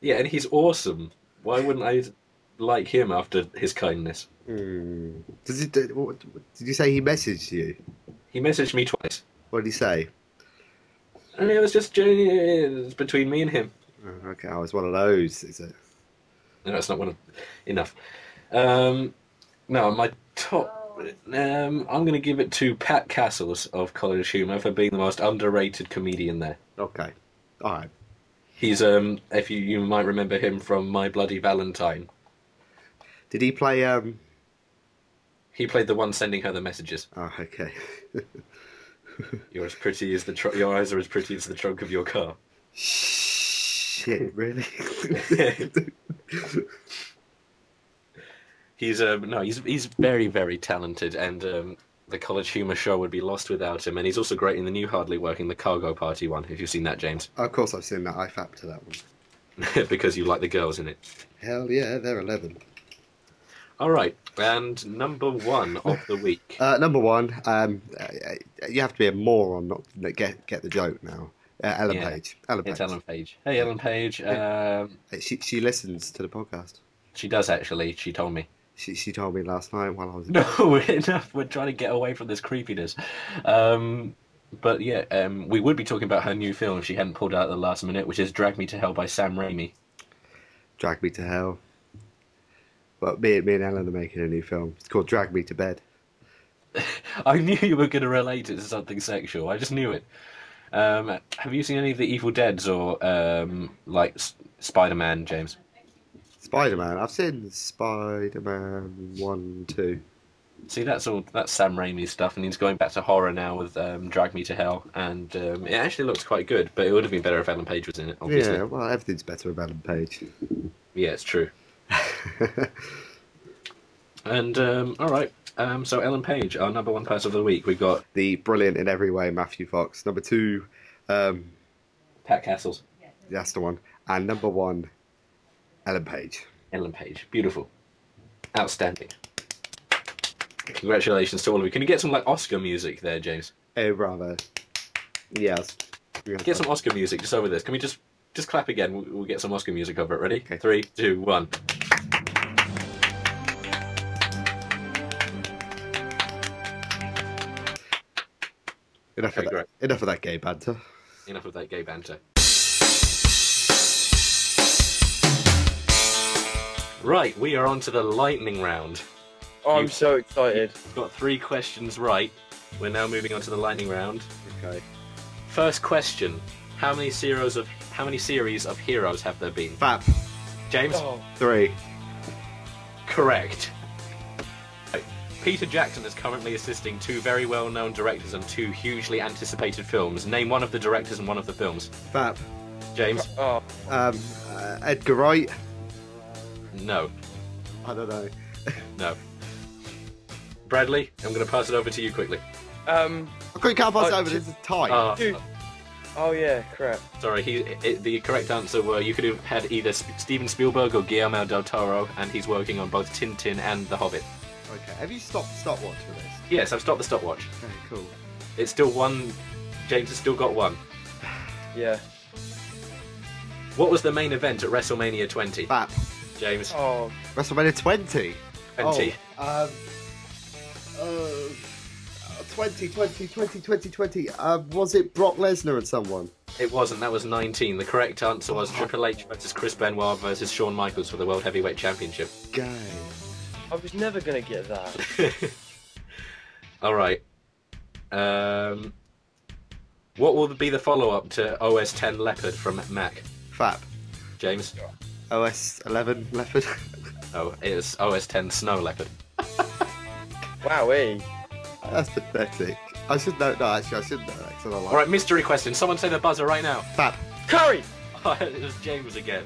[SPEAKER 2] Yeah, and he's awesome. Why wouldn't I like him after his kindness?
[SPEAKER 1] Hmm. Does it? Did, what, did you say he messaged you?
[SPEAKER 2] He messaged me twice,
[SPEAKER 1] What did he say?
[SPEAKER 2] and it was just genuine between me and him.
[SPEAKER 1] Oh, okay, I was one of those. Is it?
[SPEAKER 2] No, it's not one of enough. Um, no, my top. Um, I'm going to give it to Pat Castles of College Humor for being the most underrated comedian there.
[SPEAKER 1] Okay. All right.
[SPEAKER 2] He's um, if you you might remember him from My Bloody Valentine.
[SPEAKER 1] Did he play? Um.
[SPEAKER 2] He played the one sending her the messages.
[SPEAKER 1] Oh, okay.
[SPEAKER 2] You're as pretty as the tr- your eyes are as pretty as the trunk of your car.
[SPEAKER 1] Shit, really?
[SPEAKER 2] He's um, no, he's he's very very talented, and um, the College Humor show would be lost without him. And he's also great in the new Hardly Working, the Cargo Party one. If you've seen that, James.
[SPEAKER 1] of course, I've seen that. I fapped to that one.
[SPEAKER 2] because you like the girls in it.
[SPEAKER 1] Hell yeah, they're eleven.
[SPEAKER 2] All right, and number one of the week.
[SPEAKER 1] Uh, number one, um, uh, uh, you have to be a moron not to get get the joke now. Uh, Ellen
[SPEAKER 2] Yeah.
[SPEAKER 1] Page. Ellen Page.
[SPEAKER 2] It's Ellen Page. Hey, Ellen Page. Um,
[SPEAKER 1] Uh, She she listens to the podcast.
[SPEAKER 2] she does actually. She told me.
[SPEAKER 1] She she told me last night while I was.
[SPEAKER 2] No, we're- enough. We're trying to get away from this creepiness. Um, but yeah, um, we would be talking about her new film if she hadn't pulled out at the last minute, which is Drag Me to Hell by Sam Raimi.
[SPEAKER 1] Drag me to hell. But me me and Ellen are making a new film. It's called Drag Me to Bed.
[SPEAKER 2] I knew you were going to relate it to something sexual. I just knew it. Um, have you seen any of the Evil Dead's or um, like S- Spider Man, James?
[SPEAKER 1] Spider Man. I've seen Spider Man 1, 2.
[SPEAKER 2] See, that's all. That's Sam Raimi stuff, and he's going back to horror now with um, Drag Me to Hell, and um, it actually looks quite good. But it would have been better if Alan Page was in it. Obviously,
[SPEAKER 1] Yeah,
[SPEAKER 2] yeah,
[SPEAKER 1] well, everything's better about Alan Page.
[SPEAKER 2] it's true. And um, all right, um, so Ellen Page, our number one person of the week. We've got
[SPEAKER 1] the brilliant in every way Matthew Fox. Number two, um,
[SPEAKER 2] Pat Castles,
[SPEAKER 1] that's the one. And number one, Ellen Page.
[SPEAKER 2] Ellen Page, beautiful, outstanding. Congratulations to all of you. Can you get some like Oscar music there, James?
[SPEAKER 1] Oh, bravo. Yes.
[SPEAKER 2] Get some Oscar music just over this. Can we just just clap again? We'll, we'll get some Oscar music over it. Ready?
[SPEAKER 1] Okay.
[SPEAKER 2] Three, two, one.
[SPEAKER 1] Enough,
[SPEAKER 2] Okay,
[SPEAKER 1] of that,
[SPEAKER 2] great.
[SPEAKER 1] enough of that gay banter.
[SPEAKER 2] Enough of that gay banter. Right, we are on to the lightning round.
[SPEAKER 3] Oh,
[SPEAKER 2] You-
[SPEAKER 3] I'm so excited.
[SPEAKER 2] We've got three questions right. We're now moving on to the lightning round.
[SPEAKER 1] Okay.
[SPEAKER 2] First question: How many series of how many series of heroes have there been?
[SPEAKER 1] Fab.
[SPEAKER 2] James,
[SPEAKER 3] Oh,
[SPEAKER 1] Three.
[SPEAKER 2] correct. Peter Jackson is currently assisting two very well-known directors on two hugely anticipated films. Name one of the directors and one of the films.
[SPEAKER 1] Fab.
[SPEAKER 2] James,
[SPEAKER 3] oh,
[SPEAKER 1] Um, uh, Edgar Wright.
[SPEAKER 2] no,
[SPEAKER 1] I don't know.
[SPEAKER 2] no. Bradley, I'm going to pass it over to you quickly.
[SPEAKER 3] um,
[SPEAKER 1] I couldn't can't pass it
[SPEAKER 3] Oh,
[SPEAKER 1] over.
[SPEAKER 3] t-
[SPEAKER 1] This is tight.
[SPEAKER 2] Ah,
[SPEAKER 3] dude. Oh yeah, crap.
[SPEAKER 2] uh, sorry, he, it, the correct answer were you could have had either Sp- Steven Spielberg or Guillermo del Toro, and he's working on both Tintin and The Hobbit.
[SPEAKER 1] okay. Have you stopped stopwatch for this?
[SPEAKER 2] Yes, I've stopped the stopwatch.
[SPEAKER 1] Okay, cool.
[SPEAKER 2] It's still one. James has still got one.
[SPEAKER 3] Yeah.
[SPEAKER 2] What was the main event at WrestleMania 20?
[SPEAKER 1] Fab.
[SPEAKER 2] James,
[SPEAKER 3] Oh,
[SPEAKER 1] WrestleMania 20.
[SPEAKER 2] 20.
[SPEAKER 1] Oh, um, uh, 20, 20, 20, 20, 20. Uh, was it Brock Lesnar and someone?
[SPEAKER 2] It wasn't. That was 19. The correct answer was Triple H versus Chris Benoit versus Shawn Michaels for the World Heavyweight Championship.
[SPEAKER 1] Gay.
[SPEAKER 3] I was never gonna get that.
[SPEAKER 2] All right. Um, what will be the follow-up to OS 10 Leopard from Mac?
[SPEAKER 1] Fab.
[SPEAKER 2] James?
[SPEAKER 1] OS 11 Leopard.
[SPEAKER 2] Oh, it's OS 10 Snow Leopard.
[SPEAKER 3] Wowee.
[SPEAKER 1] That's pathetic. I should know. No, actually, I should know that 'cause I like
[SPEAKER 2] All right, mystery question. Someone say the buzzer right now. Oh,
[SPEAKER 1] Fab.
[SPEAKER 3] Curry,
[SPEAKER 2] it was James again.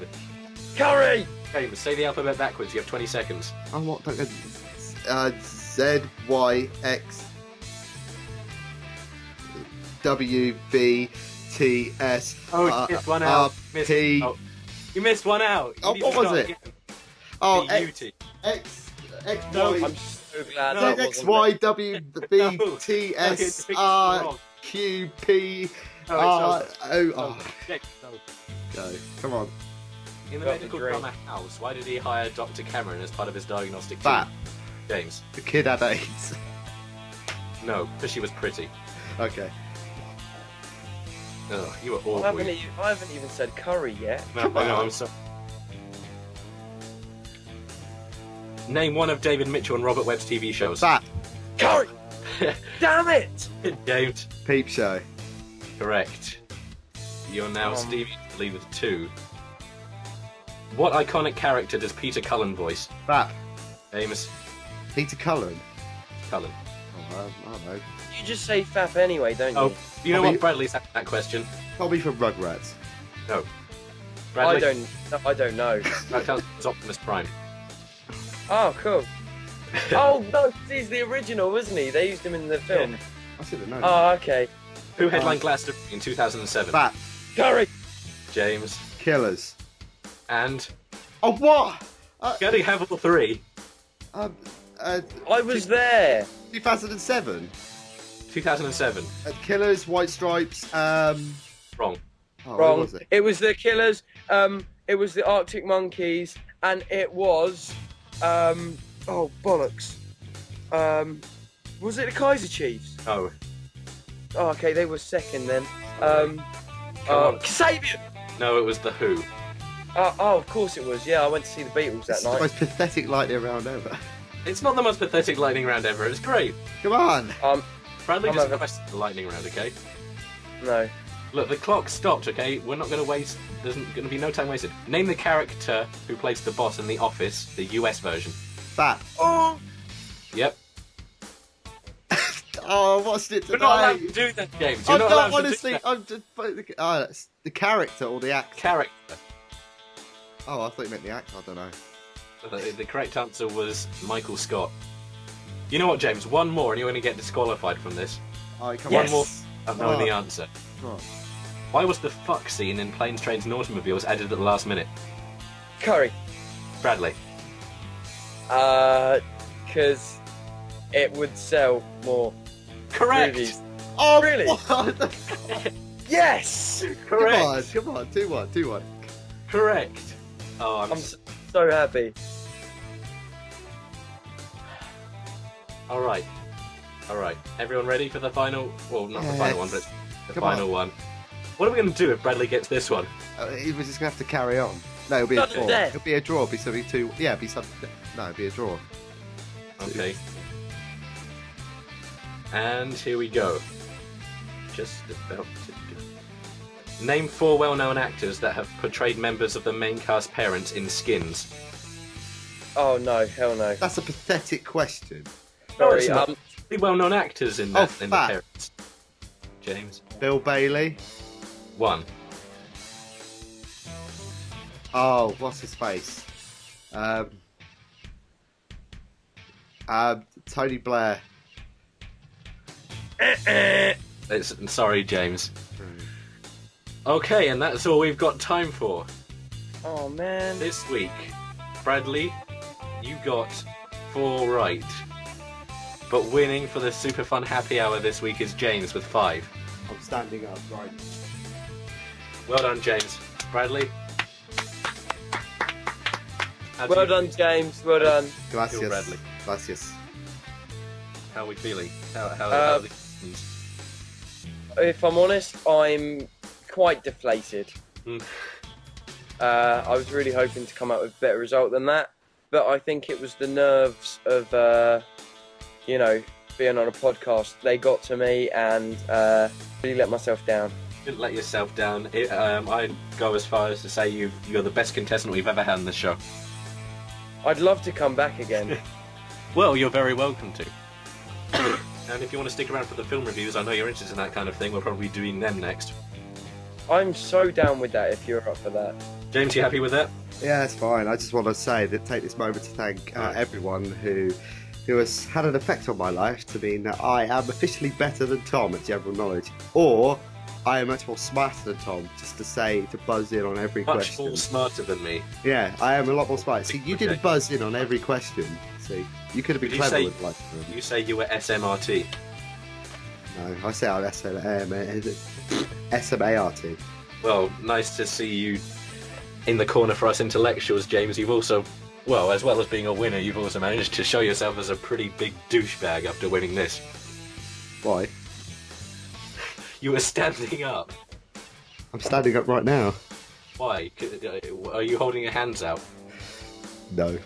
[SPEAKER 3] curry.
[SPEAKER 2] James, say the alphabet backwards. You have 20 seconds.
[SPEAKER 1] I want that. Uh, Z, Y, X, W, V, T, S.
[SPEAKER 2] Oh,
[SPEAKER 1] uh,
[SPEAKER 2] missed one
[SPEAKER 1] uh,
[SPEAKER 2] out. Missed-
[SPEAKER 1] P.
[SPEAKER 2] oh. You missed one out. You
[SPEAKER 1] Oh,
[SPEAKER 2] need
[SPEAKER 1] what
[SPEAKER 2] to
[SPEAKER 1] was
[SPEAKER 2] start
[SPEAKER 1] it?
[SPEAKER 2] again.
[SPEAKER 1] Oh, X,
[SPEAKER 2] B-U-T.
[SPEAKER 1] X, X,
[SPEAKER 2] No,
[SPEAKER 1] Y.
[SPEAKER 3] I'm so glad.
[SPEAKER 2] No,
[SPEAKER 3] that
[SPEAKER 1] X
[SPEAKER 3] wasn't
[SPEAKER 1] Y
[SPEAKER 3] it.
[SPEAKER 1] W
[SPEAKER 2] No,
[SPEAKER 1] B T S R Q P
[SPEAKER 2] No,
[SPEAKER 1] R
[SPEAKER 2] it's
[SPEAKER 1] O
[SPEAKER 2] over.
[SPEAKER 1] R.
[SPEAKER 2] James, no.
[SPEAKER 1] Go. Come on.
[SPEAKER 2] In the
[SPEAKER 3] Got the
[SPEAKER 2] medical
[SPEAKER 3] drink.
[SPEAKER 2] drama House, why did he hire Dr. Cameron as part of his diagnostic team?
[SPEAKER 1] Fat.
[SPEAKER 2] James.
[SPEAKER 1] The kid had AIDS.
[SPEAKER 2] No, because she was pretty.
[SPEAKER 1] Okay.
[SPEAKER 2] Ugh, you were
[SPEAKER 3] I
[SPEAKER 2] awful.
[SPEAKER 3] haven't,
[SPEAKER 2] you-
[SPEAKER 3] even, I haven't even said curry yet.
[SPEAKER 2] No,
[SPEAKER 1] Come
[SPEAKER 2] I know,
[SPEAKER 1] on.
[SPEAKER 2] I'm sorry. Name one of David Mitchell and Robert Webb's TV shows.
[SPEAKER 1] Fat.
[SPEAKER 3] Curry. Damn it.
[SPEAKER 2] James.
[SPEAKER 1] Peep show.
[SPEAKER 2] Correct. You're now
[SPEAKER 3] Um.
[SPEAKER 2] Stevie Lee with two. What iconic character does Peter Cullen voice?
[SPEAKER 1] Fat.
[SPEAKER 2] Amos
[SPEAKER 1] Peter Cullen.
[SPEAKER 2] Cullen.
[SPEAKER 3] Mm-hmm.
[SPEAKER 1] Oh, um, I don't know.
[SPEAKER 3] You just say fap anyway, don't you?
[SPEAKER 2] Oh, you know
[SPEAKER 1] Bobby-
[SPEAKER 2] what? Bradley's asked that question.
[SPEAKER 1] Probably from Rugrats.
[SPEAKER 2] Bradley,
[SPEAKER 3] I don't. I don't know.
[SPEAKER 2] correct answer is Optimus Prime.
[SPEAKER 3] Oh, cool. oh no, he's the original, wasn't he? They used him in the film.
[SPEAKER 1] I should have known.
[SPEAKER 2] Uh,
[SPEAKER 3] Oh, okay.
[SPEAKER 2] Who headlined Glastonbury in 2007?
[SPEAKER 1] Fat.
[SPEAKER 3] Curry.
[SPEAKER 2] James.
[SPEAKER 1] Killers.
[SPEAKER 2] And
[SPEAKER 1] Oh, what? Uh,
[SPEAKER 2] gotta have all three.
[SPEAKER 1] um, uh,
[SPEAKER 3] I was there.
[SPEAKER 1] 2007.
[SPEAKER 2] 2007.
[SPEAKER 1] Uh, Killers, White Stripes. Um.
[SPEAKER 2] Wrong.
[SPEAKER 1] Oh,
[SPEAKER 3] Wrong.
[SPEAKER 1] Where was it?
[SPEAKER 3] was the Killers. Um, it was the Arctic Monkeys, and it was, um, oh bollocks, um, was it the Kaiser Chiefs?
[SPEAKER 2] Oh,
[SPEAKER 3] Oh, okay, they were second then. Um, uh,
[SPEAKER 2] Come on.
[SPEAKER 3] Kasabian.
[SPEAKER 2] no, it was The Who.
[SPEAKER 3] Uh, oh, of course it was. Yeah, I went to see the Beatles
[SPEAKER 1] This
[SPEAKER 3] that
[SPEAKER 1] is the
[SPEAKER 3] night.
[SPEAKER 1] most pathetic lightning round ever.
[SPEAKER 2] It's not the most pathetic lightning round ever. It's great.
[SPEAKER 1] Come on.
[SPEAKER 3] Um,
[SPEAKER 2] Bradley
[SPEAKER 3] I'm
[SPEAKER 2] just
[SPEAKER 3] over-
[SPEAKER 2] crushed the lightning round, okay?
[SPEAKER 3] no.
[SPEAKER 2] Look, the clock stopped. Okay, we're not going to waste. There's going to be no time wasted. Name the character who plays the boss in The Office, the US version.
[SPEAKER 1] That.
[SPEAKER 4] Oh,
[SPEAKER 2] Yep.
[SPEAKER 1] Oh, I watched it
[SPEAKER 2] We're
[SPEAKER 1] today.
[SPEAKER 2] not allowed to do that, James. You're
[SPEAKER 1] I'm
[SPEAKER 2] not
[SPEAKER 1] not,
[SPEAKER 2] allowed to do
[SPEAKER 1] honestly.
[SPEAKER 2] that.
[SPEAKER 1] I'm just but the, oh, that's the character or the act.
[SPEAKER 2] Character.
[SPEAKER 1] Oh, I thought you meant the act. I don't know.
[SPEAKER 2] The, the correct answer was Michael Scott. You know what, James? One more, and you're going to get disqualified from this.
[SPEAKER 1] All right, come
[SPEAKER 2] One
[SPEAKER 1] on.
[SPEAKER 2] more. I've known
[SPEAKER 1] Oh.
[SPEAKER 2] the answer.
[SPEAKER 1] Come on.
[SPEAKER 2] Why was the fuck scene in Planes, Trains, and Automobiles added at the last minute?
[SPEAKER 3] Curry.
[SPEAKER 2] Bradley.
[SPEAKER 3] Uh, because it would sell more
[SPEAKER 2] Correct.
[SPEAKER 3] movies.
[SPEAKER 1] Oh,
[SPEAKER 3] Really?
[SPEAKER 1] what?
[SPEAKER 3] Yes!
[SPEAKER 2] Correct.
[SPEAKER 1] Come on, come on, two one, two one.
[SPEAKER 2] Correct. Oh, I'm,
[SPEAKER 1] Um,
[SPEAKER 3] I'm
[SPEAKER 2] s-
[SPEAKER 3] so, so happy.
[SPEAKER 2] all right. All right. Everyone ready for the final? Well, not the final one, but
[SPEAKER 1] Yes.
[SPEAKER 2] the
[SPEAKER 1] Come
[SPEAKER 2] final one. What are we going to do if Bradley gets this one?
[SPEAKER 1] Uh, he was just gonna have to carry on. No, it'll be
[SPEAKER 3] Not
[SPEAKER 1] a draw.
[SPEAKER 3] dead.
[SPEAKER 1] It'll be a draw. It'll be something two. Yeah, it'll be something. No, it'll be a draw.
[SPEAKER 2] Okay. And here we go. Just about to go. Name four well-known actors that have portrayed members of the main cast parents in Skins.
[SPEAKER 3] Oh no, hell no.
[SPEAKER 1] That's a pathetic question.
[SPEAKER 3] Sorry,
[SPEAKER 2] it's not.
[SPEAKER 3] um,
[SPEAKER 2] Pretty well-known actors in
[SPEAKER 1] Oh,
[SPEAKER 2] that in the
[SPEAKER 1] fuck.
[SPEAKER 2] parents. James,
[SPEAKER 1] Bill Bailey.
[SPEAKER 2] one.
[SPEAKER 1] Oh, what's his face? Um, um, Tony Blair.
[SPEAKER 2] It's I'm sorry, James. Okay, and that's all we've got time for
[SPEAKER 3] oh man.
[SPEAKER 2] this week. Bradley, you got four right, but winning for the super fun happy hour this week is James with five.
[SPEAKER 1] I'm standing up, right.
[SPEAKER 2] Well done, James. Bradley. How do
[SPEAKER 3] Well
[SPEAKER 2] you-
[SPEAKER 3] done, James. Well done.
[SPEAKER 1] Gracias.
[SPEAKER 2] Bradley.
[SPEAKER 1] Gracias.
[SPEAKER 2] How are we feeling? How, how, how
[SPEAKER 3] Uh,
[SPEAKER 2] are the-
[SPEAKER 3] If I'm honest, I'm quite deflated.
[SPEAKER 2] Mm.
[SPEAKER 3] Uh, I was really hoping to come up with a better result than that, but I think it was the nerves of, uh, you know, being on a podcast. They got to me and uh, really let myself down.
[SPEAKER 2] Didn't let yourself down. It, um, I'd go as far as to say you've, you're the best contestant we've ever had on the show.
[SPEAKER 3] I'd love to come back again.
[SPEAKER 2] Well, you're very welcome to. and if you want to stick around for the film reviews, I know you're interested in that kind of thing. We'll probably be doing them next.
[SPEAKER 3] I'm so down with that. If you're up for that,
[SPEAKER 2] James, you happy with that?
[SPEAKER 1] Yeah, it's fine. I just want to say that take this moment to thank uh, everyone who who has had an effect on my life to mean that I am officially better than Tom at general knowledge, or I am much more smarter than Tom. Just to say to buzz in on every
[SPEAKER 2] Much
[SPEAKER 1] question.
[SPEAKER 2] more smarter than me.
[SPEAKER 1] Yeah, I am a lot more smart. See, you
[SPEAKER 2] Okay.
[SPEAKER 1] didn't buzz in on every question. See, you could have been
[SPEAKER 2] Did you
[SPEAKER 1] clever
[SPEAKER 2] say-
[SPEAKER 1] with life.
[SPEAKER 2] You say you were SMRT.
[SPEAKER 1] No, I say I'm SM, um, SMART.
[SPEAKER 2] Well, nice to see you in the corner for us intellectuals, James. You've also, well, as well as being a winner, you've also managed to show yourself as a pretty big douchebag after winning this.
[SPEAKER 1] Why?
[SPEAKER 2] You were standing up.
[SPEAKER 1] I'm standing up right now.
[SPEAKER 2] Why? C- uh, Are you holding your hands out?
[SPEAKER 1] No,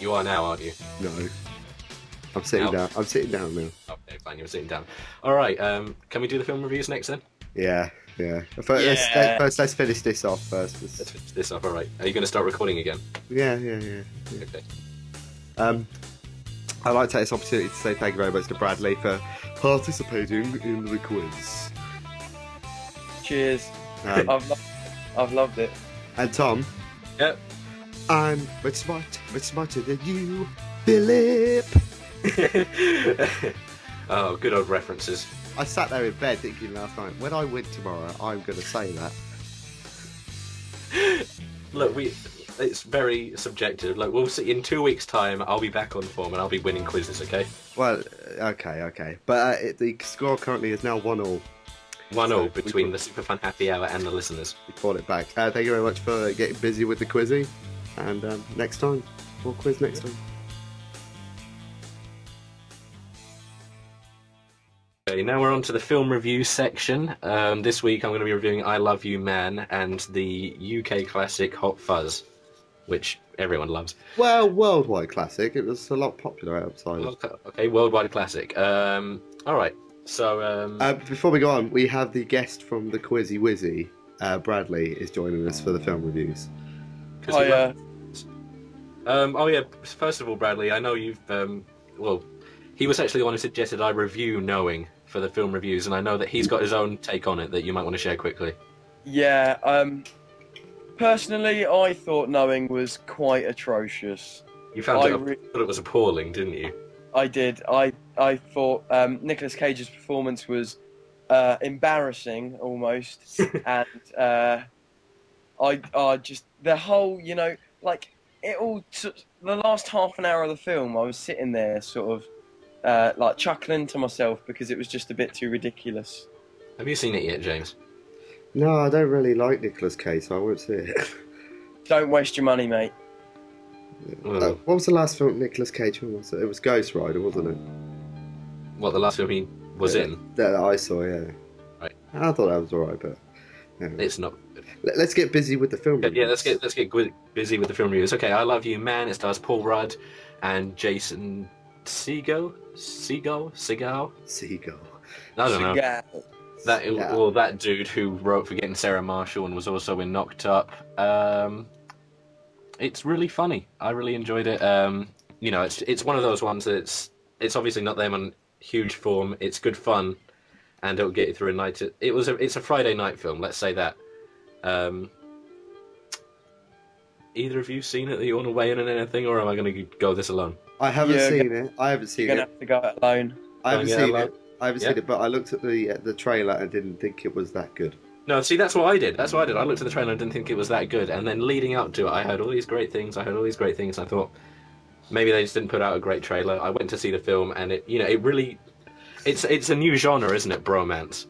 [SPEAKER 2] You are now, aren't you?
[SPEAKER 1] no. I'm sitting
[SPEAKER 2] No.
[SPEAKER 1] down. I'm sitting down now.
[SPEAKER 2] Okay, fine. You're sitting down. All right. Um, can we do the film reviews next then?
[SPEAKER 1] Yeah, yeah. But Let's,
[SPEAKER 3] Yeah.
[SPEAKER 1] let first, let's finish this off first. Let's-
[SPEAKER 2] Let's finish this up. All right. Are you going to start recording again?
[SPEAKER 1] yeah, yeah, yeah.
[SPEAKER 2] Okay.
[SPEAKER 1] Um, I'd like to take this opportunity to say thank you very much to Bradley for participating in the quiz.
[SPEAKER 3] cheers.
[SPEAKER 1] Um,
[SPEAKER 3] I've, lo- I've loved it.
[SPEAKER 1] and Tom,
[SPEAKER 2] Yep.
[SPEAKER 1] I'm much smart, much smarter than you, Philip.
[SPEAKER 2] oh, good old references.
[SPEAKER 1] I sat there in bed thinking last night, when I win tomorrow, I'm going to say that.
[SPEAKER 2] Look, we. It's very subjective. Like we'll see in two weeks' time. I'll be back on form and I'll be winning quizzes. Okay.
[SPEAKER 1] Well, okay, okay. But uh, it, the score currently is now one all.
[SPEAKER 2] One
[SPEAKER 1] So,
[SPEAKER 2] all
[SPEAKER 1] we
[SPEAKER 2] between
[SPEAKER 1] put-
[SPEAKER 2] the Superfun Happy Hour and the listeners.
[SPEAKER 1] We call it back. Uh, thank you very much for getting busy with the quizzing, and um, next time, more quiz next time.
[SPEAKER 2] Okay, now we're on to the film review section. Um, this week I'm going to be reviewing I Love You Man and the UK classic Hot Fuzz, which everyone loves.
[SPEAKER 1] Well, worldwide classic. It was a lot popular outside. of
[SPEAKER 2] Okay, worldwide classic. Um, all right, So um,
[SPEAKER 1] Uh, before we go on, we have the guest from the Quizzy Wizzy. Uh, Bradley is joining us for the film reviews.
[SPEAKER 2] 'cause we
[SPEAKER 1] uh,
[SPEAKER 3] uh,
[SPEAKER 2] were- Um, oh yeah. First of all, Bradley, I know you've. Um, well, he was actually the one who suggested I review Knowing for the film reviews, and I know that he's got his own take on it that you might want to share quickly.
[SPEAKER 3] Yeah, um personally I thought knowing was quite atrocious.
[SPEAKER 2] You found
[SPEAKER 3] I
[SPEAKER 2] it,
[SPEAKER 3] re-
[SPEAKER 2] thought it was appalling, didn't you?
[SPEAKER 3] I did. I I thought um Nicolas Cage's performance was uh embarrassing almost and uh I I just the whole, you know, like it all took the last half an hour of the film I was sitting there sort of uh, like chuckling to myself because it was just a bit too ridiculous.
[SPEAKER 2] Have you seen it yet, James?
[SPEAKER 1] No, I don't really like Nicolas Cage, so I won't see it.
[SPEAKER 3] Don't waste your money, mate.
[SPEAKER 1] Uh,
[SPEAKER 2] Well,
[SPEAKER 1] what was the last film Nicolas Cage film was? It It was Ghost Rider, wasn't it?
[SPEAKER 2] What the last film he was in?
[SPEAKER 1] That I saw, yeah.
[SPEAKER 2] Right.
[SPEAKER 1] I thought that was alright, but yeah.
[SPEAKER 2] It's not.
[SPEAKER 1] Let- let's get busy with the film.
[SPEAKER 2] But yeah,
[SPEAKER 1] reviews.
[SPEAKER 2] let's get let's get gwi- busy with the film reviews. Okay, I love you, man. It stars Paul Rudd and Jason Segal, Segal, Segal.
[SPEAKER 1] Seagull.
[SPEAKER 2] I don't know.
[SPEAKER 3] Yeah.
[SPEAKER 2] That
[SPEAKER 1] Yeah.
[SPEAKER 2] well, that dude who wrote for Getting Sarah Marshall and was also in Knocked Up. Um, it's really funny. I really enjoyed it. Um, you know, it's it's one of those ones that's it's obviously not them on huge form. It's good fun, and it'll get you through a night. It was a it's a Friday night film. Let's say that. Um, either of you seen it that you want to weigh in on anything, or am I going to go this alone?
[SPEAKER 1] I haven't
[SPEAKER 3] Yeah,
[SPEAKER 1] seen it. I haven't seen
[SPEAKER 3] You're gonna
[SPEAKER 1] it.
[SPEAKER 3] have to go it alone.
[SPEAKER 1] I haven't
[SPEAKER 2] Oh, yeah,
[SPEAKER 1] seen
[SPEAKER 2] well,
[SPEAKER 1] it. I haven't
[SPEAKER 2] yeah.
[SPEAKER 1] seen it, but I looked at the uh, the trailer and didn't think it was that good.
[SPEAKER 2] No, see, that's what I did. That's what I did. I looked at the trailer and didn't think it was that good. And then leading up to it, I heard all these great things. I heard all these great things. I thought maybe they just didn't put out a great trailer. I went to see the film, and it, you know, it really, it's it's a new genre, isn't it? Bromance.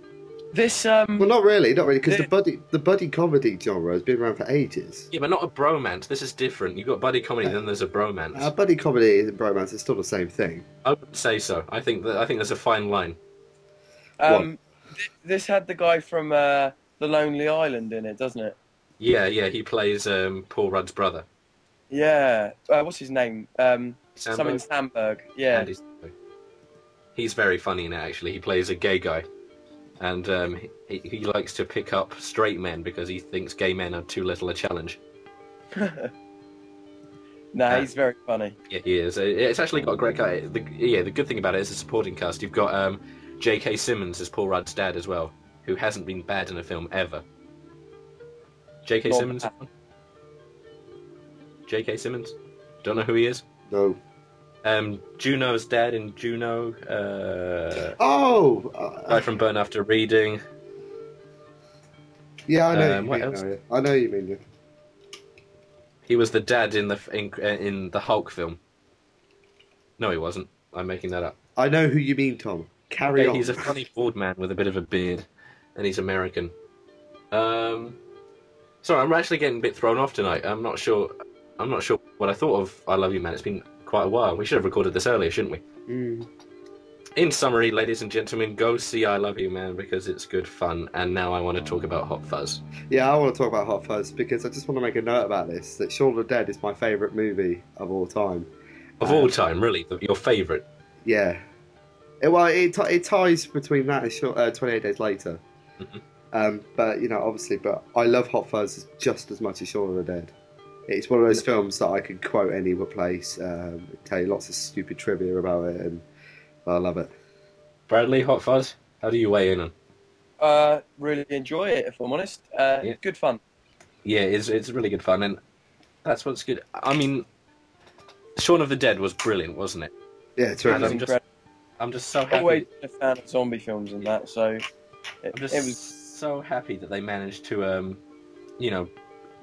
[SPEAKER 3] This um
[SPEAKER 1] Well, not really, not really, because
[SPEAKER 3] Yeah.
[SPEAKER 1] the buddy the buddy comedy genre has been around for ages.
[SPEAKER 2] Yeah, but not a bromance. This is different. You've got buddy comedy, then there's a bromance.
[SPEAKER 1] Uh, buddy comedy and romance is still the same thing.
[SPEAKER 2] I would say so. I think that I think there's a fine line.
[SPEAKER 3] um th- this had the guy from uh, The Lonely Island in it, doesn't it?
[SPEAKER 2] Yeah, yeah. He plays um, Paul Rudd's brother.
[SPEAKER 3] Yeah. Uh, what's his name? Um
[SPEAKER 2] Sambo?
[SPEAKER 3] something Sandberg. Yeah.
[SPEAKER 2] And he's, he's very funny in it, actually. He plays a gay guy. And um, he, he likes to pick up straight men because he thinks gay men are too little a challenge.
[SPEAKER 3] Nah, he's very funny.
[SPEAKER 2] Yeah, he is. It- It's actually got a great guy. The, yeah, the good thing about it is the supporting cast. You've got um, J.K. Simmons as Paul Rudd's dad as well, who hasn't been bad in a film ever. J.K.
[SPEAKER 3] Not
[SPEAKER 2] Simmons?
[SPEAKER 3] bad.
[SPEAKER 2] J.K. Simmons? Don't know who he is.
[SPEAKER 1] No.
[SPEAKER 2] Um, Juno's dad in Juno. Uh,
[SPEAKER 1] Oh.
[SPEAKER 2] guy
[SPEAKER 1] Uh,
[SPEAKER 2] from Burn After Reading.
[SPEAKER 1] yeah, I know.
[SPEAKER 2] um,
[SPEAKER 1] you
[SPEAKER 2] what
[SPEAKER 1] mean,
[SPEAKER 2] else?
[SPEAKER 1] Elliot. I know you mean. yeah.
[SPEAKER 2] He was the dad in the in, uh, in the Hulk film. No, he wasn't. I'm making that up.
[SPEAKER 1] I know who you mean, Tom. Carry
[SPEAKER 2] Yeah,
[SPEAKER 1] on.
[SPEAKER 2] he's a funny bald man with a bit of a beard, and he's American. Um, sorry, I'm actually getting a bit thrown off tonight. I'm not sure. I'm not sure what I thought of. I love you, man. It's been quite a while. We should have recorded this earlier, shouldn't we?
[SPEAKER 1] Mm.
[SPEAKER 2] In summary, ladies and gentlemen, go see I Love You, Man because it's good fun. And now I want to talk about Hot Fuzz.
[SPEAKER 1] Yeah, I want to talk about Hot Fuzz because I just want to make a note about this. That Shaun of the Dead is my favourite movie of all time.
[SPEAKER 2] Of all time, really, the- your favourite.
[SPEAKER 1] Yeah. It, well, it, ti- it ties between that and short, uh, 28 Days Later.
[SPEAKER 2] Mhm.
[SPEAKER 1] Um, but, you know, obviously, but I love Hot Fuzz just as much as Shaun of the Dead. It's one of those films that I could quote any place, um, tell you lots of stupid trivia about it, and I love it.
[SPEAKER 2] Bradley, Hot Fuzz, how do you weigh in on?
[SPEAKER 3] Uh, really enjoy it if I'm honest. Uh,
[SPEAKER 2] Yeah.
[SPEAKER 3] good fun.
[SPEAKER 2] yeah, it's it's really good fun, and that's what's good. I mean, Shaun of the Dead was brilliant, wasn't it?
[SPEAKER 1] Yeah,
[SPEAKER 3] It
[SPEAKER 2] And
[SPEAKER 3] was
[SPEAKER 1] terrific.
[SPEAKER 2] I'm just-
[SPEAKER 3] incredible.
[SPEAKER 2] I'm just so happy.
[SPEAKER 3] Always been a fan of zombie films and that, so it, it
[SPEAKER 2] I'm just
[SPEAKER 3] was
[SPEAKER 2] so happy that they managed to, um, you know,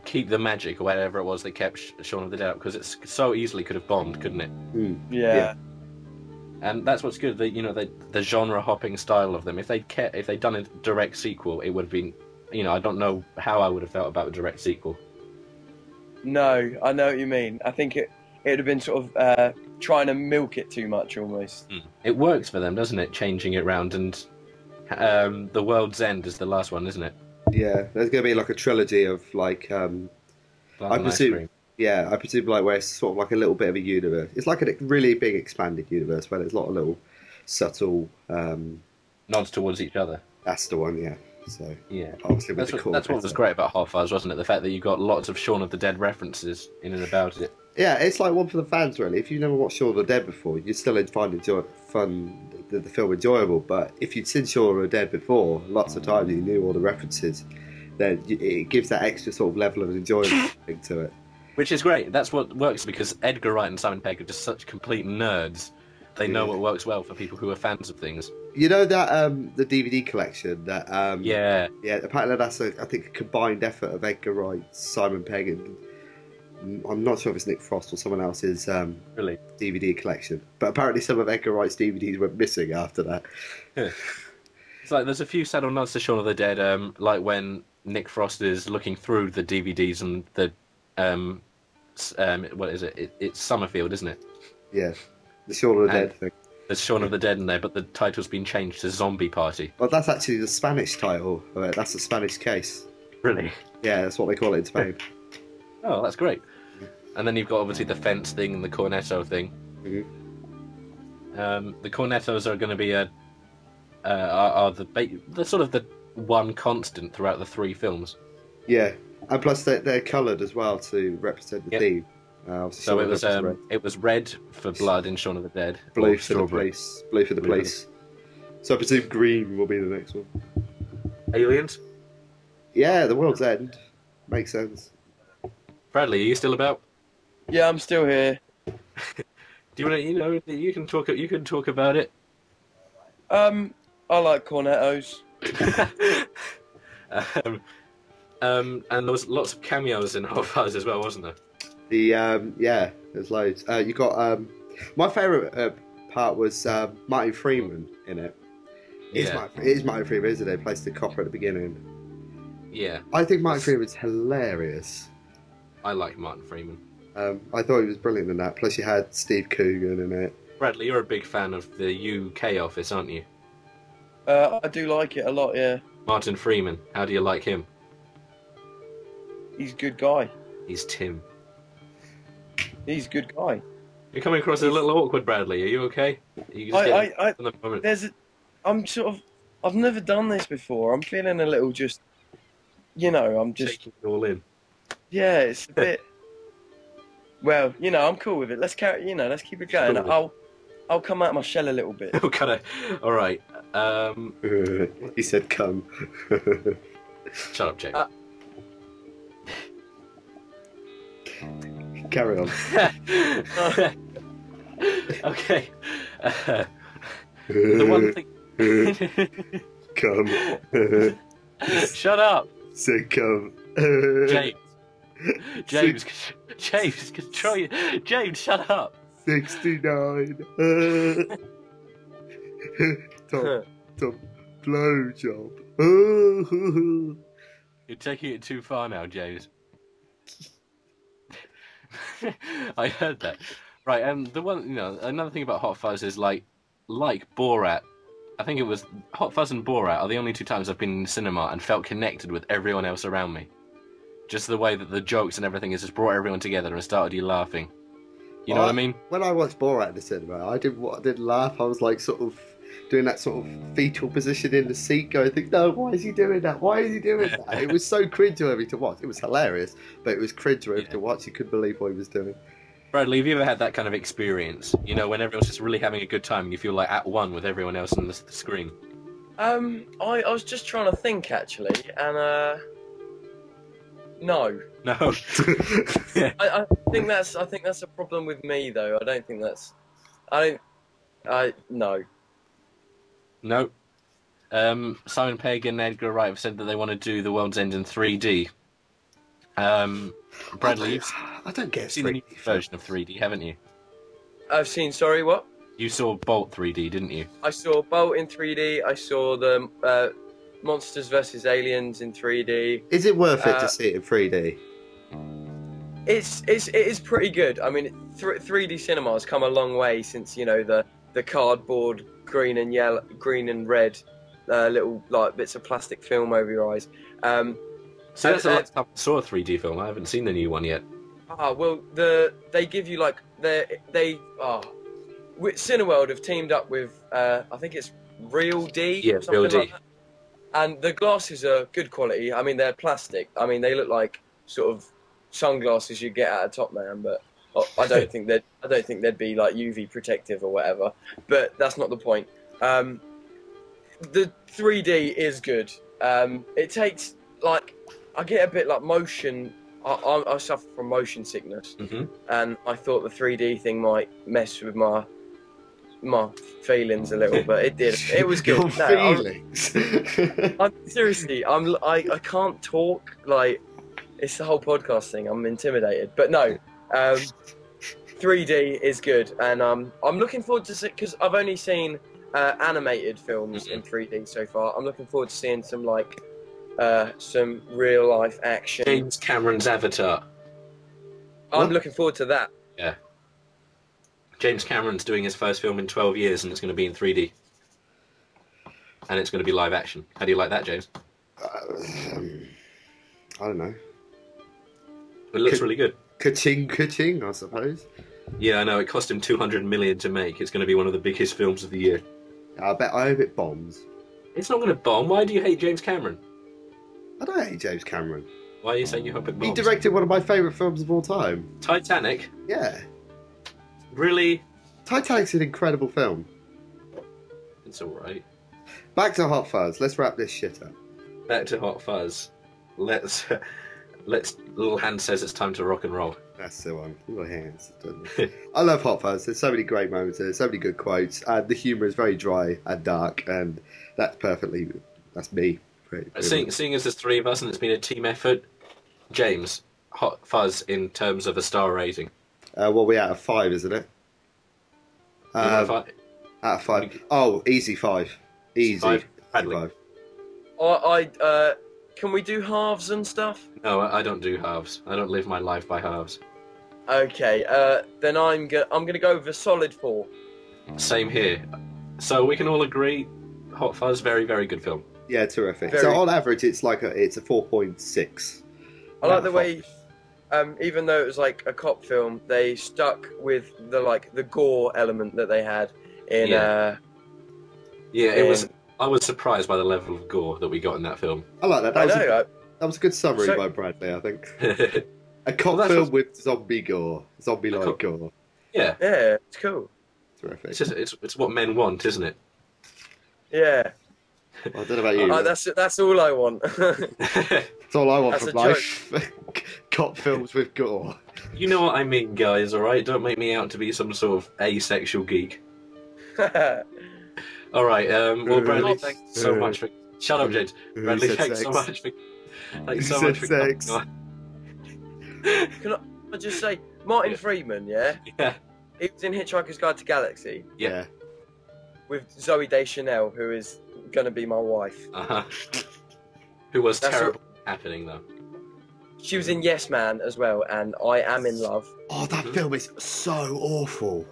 [SPEAKER 2] keep the magic or whatever it was that kept Sh- Shaun of the Dead up because it's so easily could have bombed, couldn't it?
[SPEAKER 1] Mm.
[SPEAKER 3] yeah.
[SPEAKER 2] And that's what's good. That you know, the the genre hopping style of them. If they kept, if they'd done a direct sequel, it would have been. You know, I don't know how I would have felt about a direct sequel.
[SPEAKER 3] No, I know what you mean. I think it it would have been sort of uh, trying to milk it too much almost.
[SPEAKER 2] It works for them, doesn't it? Changing it round and um, the World's End is the last one, isn't it?
[SPEAKER 1] Yeah, there's going to be like a trilogy of like, um, I
[SPEAKER 2] Blood and Ice
[SPEAKER 1] presume-
[SPEAKER 2] Cream.
[SPEAKER 1] yeah, I presume like where it's sort of like a little bit of a universe. It's like a really big expanded universe where there's a lot of little subtle um,
[SPEAKER 2] nods towards each other.
[SPEAKER 1] That's the one, yeah. So
[SPEAKER 2] Yeah.
[SPEAKER 1] obviously with
[SPEAKER 2] That's
[SPEAKER 1] the
[SPEAKER 2] what,
[SPEAKER 1] cool.
[SPEAKER 2] that's what was great about Hot Fuzz, wasn't it? The fact that you got lots of Shaun of the Dead references in and about it.
[SPEAKER 1] Yeah, it's like one for the fans, really. If you've never watched Shaun of the Dead before, you'd still find enjoy- fun the, the film enjoyable. But if you'd seen Shaun of the Dead before, lots of times you knew all the references, then y- it gives that extra sort of level of enjoyment to it.
[SPEAKER 2] Which is great. That's what works because Edgar Wright and Simon Pegg are just such complete nerds. They know
[SPEAKER 1] Yeah.
[SPEAKER 2] what works well for people who are fans of things.
[SPEAKER 1] You know that um, the DVD collection that um,
[SPEAKER 2] Yeah.
[SPEAKER 1] yeah. Apparently that's a, I think a combined effort of Edgar Wright, Simon Pegg, and mm, I'm not sure if it's Nick Frost or someone else's um,
[SPEAKER 2] Really.
[SPEAKER 1] DVD collection. But apparently some of Edgar Wright's DVDs went missing after that.
[SPEAKER 2] It's like there's a few subtle nods to Shaun of the Dead, um, like when Nick Frost is looking through the DVDs and the, um, s- um, what is it? it it's Summerfield, isn't it?
[SPEAKER 1] Yeah, the Shaun of the
[SPEAKER 2] And-
[SPEAKER 1] Dead thing.
[SPEAKER 2] There's Shaun of the Dead in there, but the title's been changed to Zombie Party.
[SPEAKER 1] Well, that's actually the Spanish title of it. That's the Spanish case.
[SPEAKER 2] Really?
[SPEAKER 1] Yeah, that's what they call it in Spain.
[SPEAKER 2] Oh, that's great. And then you've got obviously the fence thing and the cornetto thing. Um, the cornetos are going to be a uh, are, are the ba- the sort of the one constant throughout the three films.
[SPEAKER 1] yeah, and plus they're, they're coloured as well to represent the
[SPEAKER 2] Yep.
[SPEAKER 1] theme. Uh, obviously
[SPEAKER 2] So
[SPEAKER 1] Shaun
[SPEAKER 2] it
[SPEAKER 1] of
[SPEAKER 2] was
[SPEAKER 1] the Dead
[SPEAKER 2] um, it was red for blood in Shaun of the Dead.
[SPEAKER 1] red, blue
[SPEAKER 2] or
[SPEAKER 1] for the
[SPEAKER 2] strawberry.
[SPEAKER 1] place, blue for the
[SPEAKER 2] Blue for the-
[SPEAKER 1] place. So I presume green will be the next one.
[SPEAKER 2] Aliens.
[SPEAKER 1] Yeah, the world's end makes sense.
[SPEAKER 2] Bradley, are you still about?
[SPEAKER 3] Yeah, I'm still here.
[SPEAKER 2] Do you want to? You know, you can talk. You can talk about it.
[SPEAKER 3] Um, I like cornetos.
[SPEAKER 2] um, um, and there was lots of cameos in Hot Fuzz as well, wasn't there?
[SPEAKER 1] The um, yeah, there's loads. Uh, you got um, my favourite uh, part was uh, Martin Freeman in it. It is
[SPEAKER 2] Yeah.
[SPEAKER 1] Martin, it is Martin Freeman, isn't it? Plays the copper at the beginning.
[SPEAKER 2] Yeah,
[SPEAKER 1] I think Martin Freeman's hilarious.
[SPEAKER 2] I like Martin Freeman.
[SPEAKER 1] Um, I thought he was brilliant in that. Plus, you had Steve Coogan in it.
[SPEAKER 2] Bradley, you're a big fan of the UK office, aren't you?
[SPEAKER 3] Uh, I do like it a lot. Yeah,
[SPEAKER 2] Martin Freeman, how do you like him?
[SPEAKER 3] he's a good guy.
[SPEAKER 2] He's Tim.
[SPEAKER 3] He's a good guy.
[SPEAKER 2] You're coming across as a little awkward, Bradley. Are you okay? You
[SPEAKER 3] I,
[SPEAKER 2] getting-
[SPEAKER 3] I, I,
[SPEAKER 2] on the moment.
[SPEAKER 3] there's a, I'm sort of, I've never done this before. I'm feeling a little just, you know, I'm just,
[SPEAKER 2] taking it all in.
[SPEAKER 3] yeah, it's a bit. Well, you know, I'm cool with it. Let's carry, you know, let's keep it going.
[SPEAKER 2] Cool.
[SPEAKER 3] I'll, I'll come out of my shell a little bit.
[SPEAKER 2] Oh, kind of. All right. Um,
[SPEAKER 1] he said, "Come."
[SPEAKER 2] shut up, Jake.
[SPEAKER 1] Carry on.
[SPEAKER 2] okay. Uh, the one thing.
[SPEAKER 1] come.
[SPEAKER 2] Shut up,
[SPEAKER 1] said, "Come."
[SPEAKER 2] James. James, con- James, control you. James, shut up.
[SPEAKER 1] Sixty-nine. Tom, Tom, blowjob.
[SPEAKER 2] You're taking it too far now, James. I heard that. Right, um, the one, you know, another thing about Hot Fuzz is like, like Borat. I think it was Hot Fuzz and Borat are the only two times I've been in the cinema and felt connected with everyone else around me. Just the way that the jokes and everything has just brought everyone together and started you laughing. You know
[SPEAKER 1] Well,
[SPEAKER 2] what I mean?
[SPEAKER 1] when I watched Borat in the cinema, I didn't wa- I didn't laugh. I was like sort of doing that sort of fetal position in the seat, going, think, "No, why is he doing that? Why is he doing that?" it was so cringeworthy to watch. It was hilarious, but it was cringeworthy
[SPEAKER 2] Yeah.
[SPEAKER 1] to watch. You couldn't believe what he was doing.
[SPEAKER 2] Bradley, have you ever had that kind of experience? You know, when everyone's just really having a good time and you feel like at one with everyone else on the, s- the screen.
[SPEAKER 3] Um, I, I was just trying to think actually, and uh, no,
[SPEAKER 2] No.
[SPEAKER 3] I, I think that's, I think that's a problem with me though. I don't think that's, I don't, I no.
[SPEAKER 2] No. Um, Simon Pegg and Edgar Wright have said that they want to do The World's End in 3D. Um, Bradley, you've
[SPEAKER 1] I don't get
[SPEAKER 2] seen the new
[SPEAKER 1] 3D films.
[SPEAKER 2] version of 3D, haven't you?
[SPEAKER 3] I've seen. Sorry, what?
[SPEAKER 2] You saw Bolt 3D, didn't you?
[SPEAKER 3] I saw Bolt in 3D. I saw the uh, Monsters vs Aliens in 3D.
[SPEAKER 1] Is it worth it
[SPEAKER 3] Uh,
[SPEAKER 1] to see it in 3D?
[SPEAKER 3] It's it's it is pretty good. I mean, th- 3D cinema has come a long way since you know the the cardboard green and yellow, green and red uh, little like bits of plastic film over your eyes. Um,
[SPEAKER 2] So that's the
[SPEAKER 3] Uh, uh,
[SPEAKER 2] last time I saw a 3D film. I haven't seen the new one yet.
[SPEAKER 3] ah, well, the they give you like the they ah, oh, Cineworld have teamed up with uh, I think it's Real D.
[SPEAKER 2] Yeah,
[SPEAKER 3] something
[SPEAKER 2] Real D.
[SPEAKER 3] like that. And the glasses are good quality. I mean, they're plastic. I mean, they look like sort of sunglasses you get at a Top Man, but uh, I- I don't think they'd I don't think they'd be like UV protective or whatever. But that's not the point. Um, the 3D is good. Um, it takes like I get a bit like motion. I, I, I suffer from motion sickness
[SPEAKER 2] hmm
[SPEAKER 3] and I thought the 3D thing might mess with my my feelings a little, but it did. It was good.
[SPEAKER 1] Your
[SPEAKER 3] No, I'm-
[SPEAKER 1] feelings.
[SPEAKER 3] I'm, seriously, I'm I, I can't talk. Like it's the whole podcast thing. I'm intimidated, but no. Um, 3D is good, and um, I'm looking forward to because I've only seen uh, animated films in 3D so far. I'm looking forward to seeing some like uh, some real life action.
[SPEAKER 2] James Cameron's Avatar.
[SPEAKER 3] I'm looking forward to that.
[SPEAKER 2] James Cameron's doing his first film in 12 years and it's going to be in 3D. And it's going to be live action. How do you like that, James?
[SPEAKER 1] Um, I don't know.
[SPEAKER 2] It looks
[SPEAKER 1] Could-
[SPEAKER 2] really good.
[SPEAKER 1] Ka-ching, ka-ching, I suppose.
[SPEAKER 2] Yeah, I know. It cost him 200 million to make. It's going to be one of the biggest films of the year.
[SPEAKER 1] I bet I hope it bombs.
[SPEAKER 2] It's not going to bomb. Why do you hate James Cameron?
[SPEAKER 1] I don't hate James Cameron.
[SPEAKER 2] Why are you saying you hope it
[SPEAKER 1] He
[SPEAKER 2] bombs?
[SPEAKER 1] directed one of my favourite films of all time.
[SPEAKER 2] Titanic?
[SPEAKER 1] Yeah.
[SPEAKER 2] Really?
[SPEAKER 1] Titanic's an incredible film.
[SPEAKER 2] It's alright.
[SPEAKER 1] Back to Hot Fuzz. Let's wrap this shit up.
[SPEAKER 2] Back to Hot Fuzz. Let's. Let's. Little Hand says it's time to rock and roll.
[SPEAKER 1] That's the one. Your hands. doesn't it? I love Hot Fuzz. There's so many great moments. There's so many good quotes. And the humour is very dry and dark. And that's perfectly. That's me. Pretty- pretty
[SPEAKER 2] Seeing,
[SPEAKER 1] much.
[SPEAKER 2] seeing as there's three of us and it's been a team effort, James, Hot Fuzz in terms of a star rating.
[SPEAKER 1] Uh, well, we're out of five, isn't it?
[SPEAKER 2] You know, if
[SPEAKER 1] Um,
[SPEAKER 2] I-
[SPEAKER 1] out of five. Oh, easy five. Easy.
[SPEAKER 2] Five. Bradley.
[SPEAKER 1] Five.
[SPEAKER 3] I, I uh, can we do halves and stuff?
[SPEAKER 2] No, I I don't do halves. I don't live my life by halves.
[SPEAKER 3] Okay, uh, then I'm go- I'm gonna go with a solid four.
[SPEAKER 2] Same here. So we can all agree, Hot Fuzz, very, very good film.
[SPEAKER 1] Yeah, terrific.
[SPEAKER 3] Very-
[SPEAKER 1] So on average, it's like a it's a four point six.
[SPEAKER 3] I like the way, um, even though it was like a cop film, they stuck with the like the gore element that they had in.
[SPEAKER 2] Yeah.
[SPEAKER 3] Uh,
[SPEAKER 2] Yeah, it was.
[SPEAKER 3] in-
[SPEAKER 2] I was surprised by the level of gore that we got in that film.
[SPEAKER 1] I like that.
[SPEAKER 3] I
[SPEAKER 1] That was,
[SPEAKER 3] know.
[SPEAKER 1] a,
[SPEAKER 3] uh,
[SPEAKER 1] that was a good summary
[SPEAKER 3] So-
[SPEAKER 1] by Bradley. I think
[SPEAKER 2] yeah,
[SPEAKER 1] a cop
[SPEAKER 2] Well, that's
[SPEAKER 1] film
[SPEAKER 2] what-
[SPEAKER 1] with zombie gore, zombie like
[SPEAKER 2] A cop-
[SPEAKER 1] gore.
[SPEAKER 3] yeah, it's cool.
[SPEAKER 1] Terrific.
[SPEAKER 2] it's just it's, it's what men want, isn't it?
[SPEAKER 3] Yeah,
[SPEAKER 1] Well, I don't know about you.
[SPEAKER 3] I,
[SPEAKER 1] but
[SPEAKER 3] Uh, that's that's all I want.
[SPEAKER 1] That's all I want
[SPEAKER 3] that's
[SPEAKER 1] from
[SPEAKER 3] a joke.
[SPEAKER 1] life. cop films with gore.
[SPEAKER 2] you know what I mean, guys. All right, don't make me out to be some sort of asexual geek. All right. Um, well,
[SPEAKER 1] Uh,
[SPEAKER 2] Bradley,
[SPEAKER 1] uh,
[SPEAKER 2] thanks so much for. Shut up, James. Bradley,
[SPEAKER 1] Who said
[SPEAKER 2] thanks so
[SPEAKER 1] sex?
[SPEAKER 2] much for. Thanks
[SPEAKER 1] Who
[SPEAKER 2] so
[SPEAKER 1] said
[SPEAKER 2] much for. coming
[SPEAKER 1] sex?
[SPEAKER 2] on.
[SPEAKER 3] I just say Martin Freeman. Yeah,
[SPEAKER 2] Yeah,
[SPEAKER 3] he was in Hitchhiker's Guide to Galaxy
[SPEAKER 1] Yeah.
[SPEAKER 3] with Zoe Deschanel, who is gonna be my wife.
[SPEAKER 2] uh-huh. Who was
[SPEAKER 3] That's
[SPEAKER 2] terrible at happening though.
[SPEAKER 3] She was in Yes Man as well, and I am in love.
[SPEAKER 1] Oh, that
[SPEAKER 3] Mm-hmm.
[SPEAKER 2] Mhm.
[SPEAKER 1] film is so awful.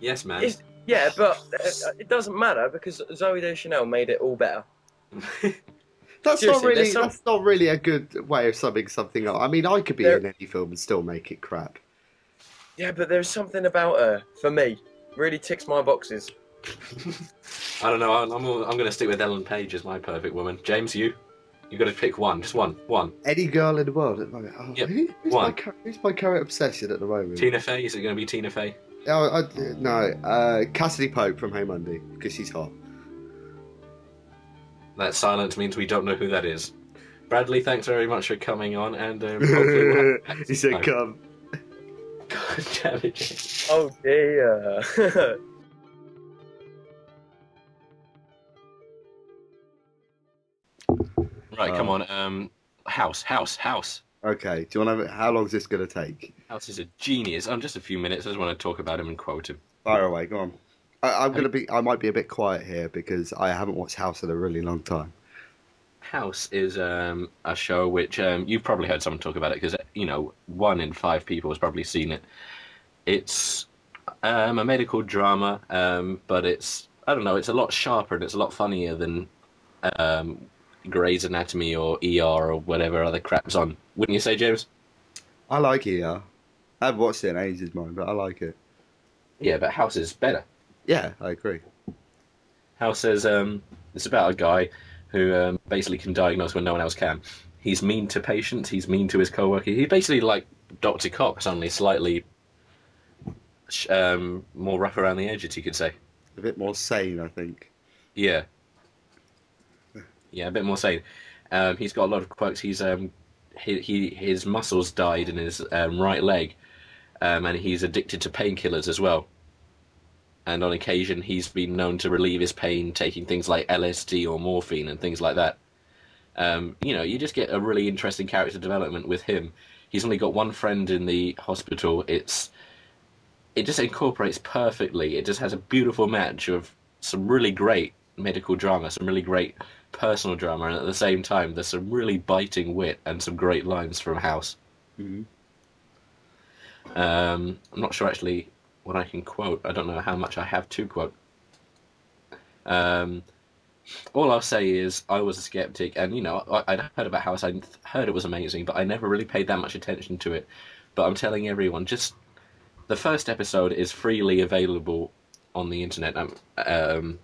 [SPEAKER 2] Yes, man.
[SPEAKER 3] It's- Yeah, but uh, it doesn't matter because Zoe Deschanel made it all better.
[SPEAKER 1] That's
[SPEAKER 3] Seriously,
[SPEAKER 1] not really.
[SPEAKER 3] there's some-
[SPEAKER 1] That's not really a good way of summing something up. I mean, I could be
[SPEAKER 3] There-
[SPEAKER 1] in any film and still make it crap.
[SPEAKER 3] Yeah, but there's something about her for me really ticks my boxes.
[SPEAKER 2] I don't know. I'm, I'm, I'm going to stick with Ellen Page as my perfect woman. James, you, you got to pick one, just one, one.
[SPEAKER 1] Any girl in the world at the moment. Oh,
[SPEAKER 2] Yep,
[SPEAKER 1] who- who's, my
[SPEAKER 2] one.
[SPEAKER 1] cur- who's my current obsession at the moment?
[SPEAKER 2] Tina Fey. Is it going to be Tina Fey?
[SPEAKER 1] Oh, I, no, uh, Cassidy Pope from Hey Monday because she's hot.
[SPEAKER 2] That silence means we don't know who that is. Bradley, thanks very much for coming on, and um, hopefully we'll have you back
[SPEAKER 1] he said, "Come."
[SPEAKER 2] sometime. God damn it, James.
[SPEAKER 3] Oh dear.
[SPEAKER 2] Right,
[SPEAKER 1] Um,
[SPEAKER 2] come on. Um, house, house, house.
[SPEAKER 1] Okay, do you want to? How long is this going to take?
[SPEAKER 2] House is a genius. I'm just a few minutes. I just want to talk about him and quote him.
[SPEAKER 1] Fire away, go on. I, I'm going to be. I might be a bit quiet here because I haven't watched House in a really long time.
[SPEAKER 2] House is um, a show which um, you've probably heard someone talk about it because you know one in five people has probably seen it. It's um, a medical drama, um, but it's I don't know. It's a lot sharper and it's a lot funnier than um, Grey's Anatomy or ER or whatever other crap's on. Wouldn't you say, James?
[SPEAKER 1] I like ER. I haven't watched it in ages, mine, but I like it.
[SPEAKER 2] Yeah, but House is better.
[SPEAKER 1] Yeah, I agree.
[SPEAKER 2] Hal says um, it's about a guy who um, basically can diagnose when no one else can. He's mean to patients. He's mean to his coworker. He's basically like Doctor Cox, only slightly sh- um, more rough around the edges, you could say.
[SPEAKER 1] A bit more sane, I think.
[SPEAKER 2] Yeah. Yeah, a bit more sane. Um, he's got a lot of quirks. He's um, he, he his muscles died in his um, right leg, um, and he's addicted to painkillers as well. And on occasion, he's been known to relieve his pain taking things like LSD or morphine and things like that. Um, you know, you just get a really interesting character development with him. He's only got one friend in the hospital. It's it just incorporates perfectly. It just has a beautiful match of some really great medical drama, some really great personal drama, and at the same time, there's some really biting wit and some great lines from House.
[SPEAKER 1] Mhm.
[SPEAKER 2] Um, I'm not sure actually what I can quote. I don't know how much I have to quote. Um, all I'll say is I was a skeptic, and you know I, I'd heard about House. I would heard it was amazing, but I never really paid that much attention to it. But I'm telling everyone, just the first episode is freely available on the internet. Um, um,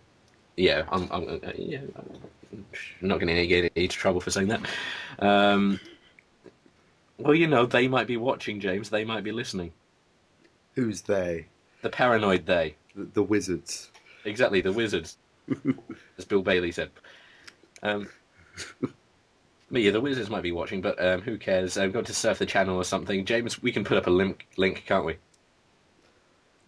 [SPEAKER 2] yeah, I'm, I'm, uh, yeah, I'm not going to get into trouble for saying that. Um, well, you know, they might be watching, James. They might be listening.
[SPEAKER 1] Who's they?
[SPEAKER 2] The paranoid they.
[SPEAKER 1] The, the wizards.
[SPEAKER 2] Exactly, the wizards, as Bill Bailey said. Um, but yeah, the wizards might be watching, but um, who cares? I've got to surf the channel or something. James, we can put up a link, link can't we?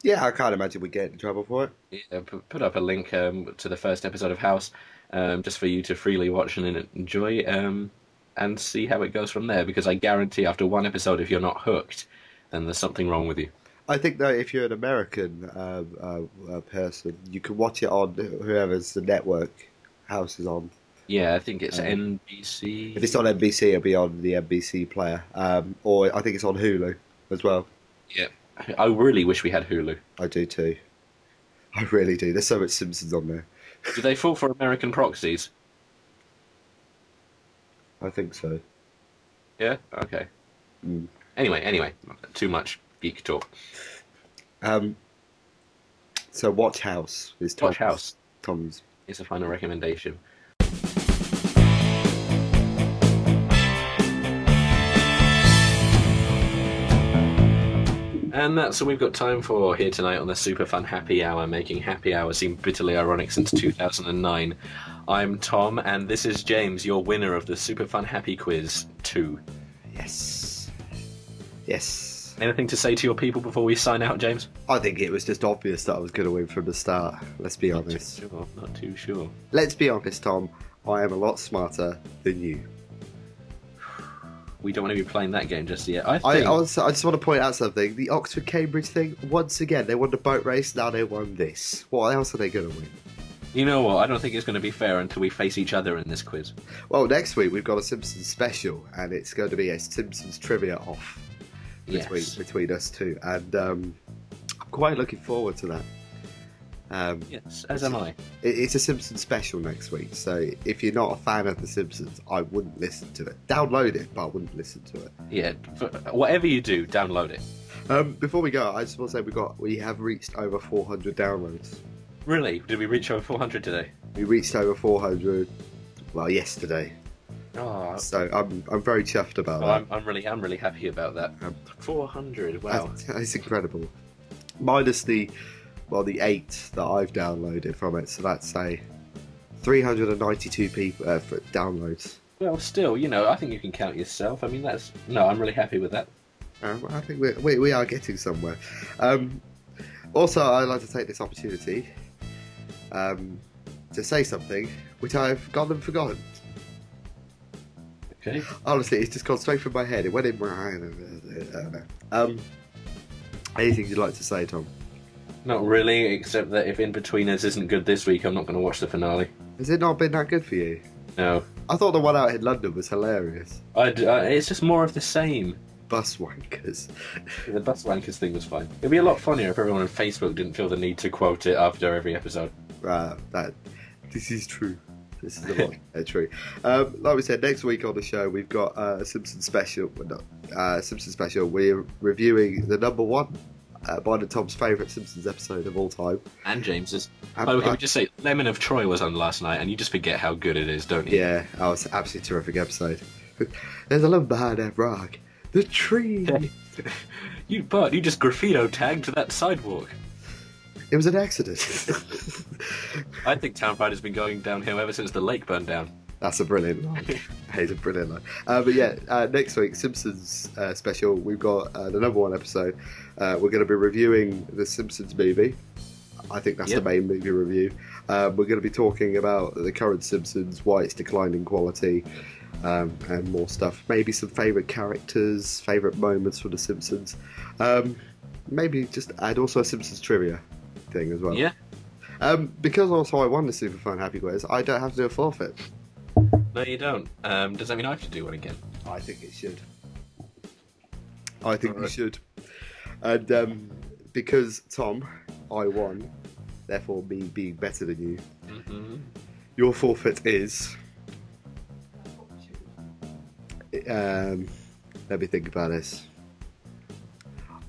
[SPEAKER 1] Yeah, I can't imagine we get in trouble for it.
[SPEAKER 2] Yeah, p- put up a link um, to the first episode of House, um, just for you to freely watch and enjoy, um, and see how it goes from there. Because I guarantee, after one episode, if you're not hooked, then there's something wrong with you.
[SPEAKER 1] I think though, if you're an American um, uh, uh, person, you can watch it on whoever's the network house is on.
[SPEAKER 2] Yeah, I think it's
[SPEAKER 1] Um,
[SPEAKER 2] NBC.
[SPEAKER 1] If it's on NBC, it'll be on the NBC player, um, or I think it's on Hulu as well.
[SPEAKER 2] I really wish we had Hulu.
[SPEAKER 1] I do too. I really do. There's so much Simpsons on there.
[SPEAKER 2] Do they fall for American proxies?
[SPEAKER 1] I think so.
[SPEAKER 2] Yeah. Okay.
[SPEAKER 1] Mm.
[SPEAKER 2] Anyway, anyway, too much geek talk.
[SPEAKER 1] Um, so watch House is Tom's,
[SPEAKER 2] Watch House.
[SPEAKER 1] Tom's
[SPEAKER 2] It's a final recommendation. And that's all we've got time for here tonight on the Super Fun Happy Hour, making Happy Hour seem bitterly ironic since 2009. I'm Tom, and this is James, your winner of the Super Fun Happy Quiz 2.
[SPEAKER 1] Yes. Yes.
[SPEAKER 2] Anything to say to your people before we sign out, James?
[SPEAKER 1] I think it was just obvious that I was going to win from the start. Let's be honest.
[SPEAKER 2] Sure, not too sure.
[SPEAKER 1] Let's be honest, Tom. I am a lot smarter than you.
[SPEAKER 2] We don't want to be playing that game just yet. I
[SPEAKER 1] I
[SPEAKER 2] think
[SPEAKER 1] also, I just want to point out something. The Oxford Cambridge thing, once again, they won the boat race, now they won this. What else are they going to win?
[SPEAKER 2] You know what? I don't think it's going to be fair until we face each other in this quiz.
[SPEAKER 1] Well, next week we've got a Simpsons special, and it's going to be a Simpsons trivia off between,
[SPEAKER 2] Yes.
[SPEAKER 1] between us two. And um, I'm quite looking forward to that. Um,
[SPEAKER 2] Yes, as am I.
[SPEAKER 1] It- It's a Simpsons special next week, so if you're not a fan of The Simpsons, I wouldn't listen to it. Download it, but I wouldn't listen to it.
[SPEAKER 2] Yeah, for, whatever you do, download it.
[SPEAKER 1] Um, before we go, I just want to say we got we have reached over 400 downloads.
[SPEAKER 2] Really? Did we reach over 400 today?
[SPEAKER 1] We reached over 400, well, yesterday.
[SPEAKER 2] Oh,
[SPEAKER 1] So I'm I'm very chuffed about
[SPEAKER 2] well, I'm, I'm really, I'm really happy about that.
[SPEAKER 1] Um,
[SPEAKER 2] 400.
[SPEAKER 1] that.
[SPEAKER 2] Uh, Wow.
[SPEAKER 1] That's- It's incredible. Minus the well the eight that I've downloaded from it, so that's a 392 people uh, for downloads.
[SPEAKER 2] Well, still, you know, I think you can count yourself. I mean, that's no, I'm really happy with that. Oh.
[SPEAKER 1] Um, I think we're, we, we are getting somewhere. Um, also, I'd like to take this opportunity um, to say something which I've gone and forgotten.
[SPEAKER 2] Okay.
[SPEAKER 1] Honestly, it's just gone straight from my head. It went in my head. Um, anything you'd like to say, Tom?
[SPEAKER 2] Not really, except that if In Between Us isn't good this week, I'm not going to watch the finale.
[SPEAKER 1] Has it not been that good for you?
[SPEAKER 2] No.
[SPEAKER 1] I thought the one out in London was hilarious.
[SPEAKER 2] I, d- I- it's just more of the same.
[SPEAKER 1] Bus wankers.
[SPEAKER 2] The bus wankers thing was fine. It'd be a lot funnier if everyone on Facebook didn't feel the need to quote it after every episode.
[SPEAKER 1] Right, that this is true. This is a lot uh, true. Um, like we said, next week on the show we've got uh, a Simpson special. Well, not uh, Simpson special. We're reviewing the number one uh, mine and Tom's favourite Simpsons episode of all time.
[SPEAKER 2] And James's.
[SPEAKER 1] Um,
[SPEAKER 2] Oh, can
[SPEAKER 1] I-
[SPEAKER 2] we just say Lemon of Troy was on last night, and you just forget how good it is, don't you?
[SPEAKER 1] yeah, that was an absolutely terrific episode. There's a love behind that rock. The tree.
[SPEAKER 2] You, Bart, you just graffito tagged that sidewalk.
[SPEAKER 1] it was an accident.
[SPEAKER 2] I think Town Pride has been going downhill ever since the lake burned down.
[SPEAKER 1] That's a brilliant line. that is a brilliant line. Uh, but yeah, uh, next week, Simpsons uh, special, we've got uh, the number one episode. Uh, we're going to be reviewing the Simpsons movie. I think that's
[SPEAKER 2] Yep.
[SPEAKER 1] the main movie review. Um, we're going to be talking about the current Simpsons, why it's declining quality, um, and more stuff. Maybe some favourite characters, favourite moments from The Simpsons. Um, maybe just add also a Simpsons trivia thing as well.
[SPEAKER 2] Yeah.
[SPEAKER 1] Um, because also I won the Super Fun Happy Quiz, I don't have to do a forfeit.
[SPEAKER 2] No, you don't. Um, does that mean I have to do one again?
[SPEAKER 1] I think it should. I think you
[SPEAKER 2] Alright.
[SPEAKER 1] should. And um, because Tom, I won, therefore me being better than you,
[SPEAKER 2] Mm-hmm.
[SPEAKER 1] your forfeit is. Um, let me think about this.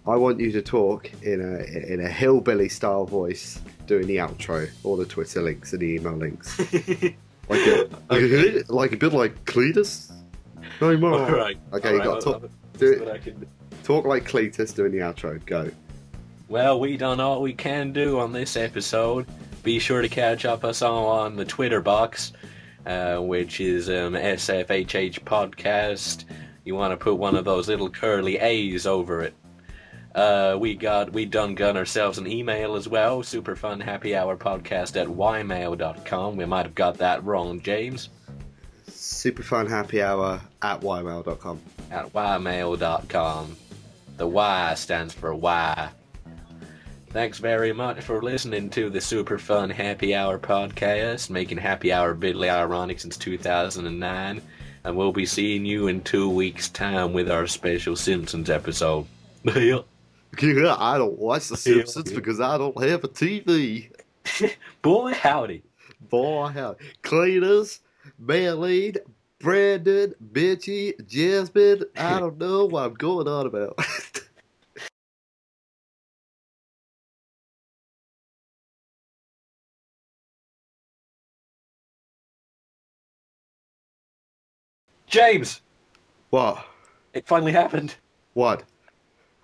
[SPEAKER 1] I want you to talk in a in a hillbilly style voice, doing the outro, all the Twitter links and the email links, like a, like, a, like a bit like Cletus. No more.
[SPEAKER 2] All right.
[SPEAKER 1] Okay,
[SPEAKER 2] All
[SPEAKER 1] you
[SPEAKER 2] right,
[SPEAKER 1] got
[SPEAKER 2] I'll-
[SPEAKER 1] top-
[SPEAKER 2] I'll-
[SPEAKER 1] do
[SPEAKER 2] see
[SPEAKER 1] it.
[SPEAKER 2] what I can do.
[SPEAKER 1] Talk like Cletus doing the outro. Go.
[SPEAKER 2] Well, we done all we can do on this episode. Be sure to catch up us all on the Twitter box, uh, which is um, SFHH Podcast. You want to put one of those little curly A's over it. Uh, we got we done gun ourselves an email as well. Super fun happy hour podcast at ymail.com. We might have got that wrong, James.
[SPEAKER 1] Superfun happy hour at ymail.com.
[SPEAKER 2] at ymail.com. The Y stands for Y. Thanks very much for listening to the super fun Happy Hour podcast, making Happy Hour bitterly ironic since 2009. And we'll be seeing you in two weeks' time with our special Simpsons episode.
[SPEAKER 1] Yeah, I don't watch The Simpsons because I don't have a TV.
[SPEAKER 2] Boy, howdy.
[SPEAKER 1] Boy, how Cletus, Maylene, Brandon, Mitchie, Jasmine. I don't know what I'm going on about.
[SPEAKER 2] James,
[SPEAKER 1] what?
[SPEAKER 2] it finally happened.
[SPEAKER 1] What?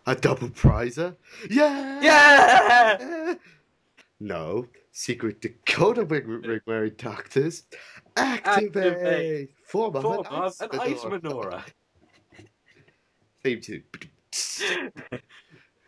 [SPEAKER 1] A double prizer? Yeah!
[SPEAKER 2] Yeah!
[SPEAKER 1] No. Secret Dakota ring, ring wearing doctors. Activate!
[SPEAKER 2] Activate.
[SPEAKER 1] Form of
[SPEAKER 2] Form
[SPEAKER 1] an
[SPEAKER 2] of
[SPEAKER 1] ice
[SPEAKER 2] an ice
[SPEAKER 1] menorah.
[SPEAKER 2] menorah.
[SPEAKER 1] Theme tune.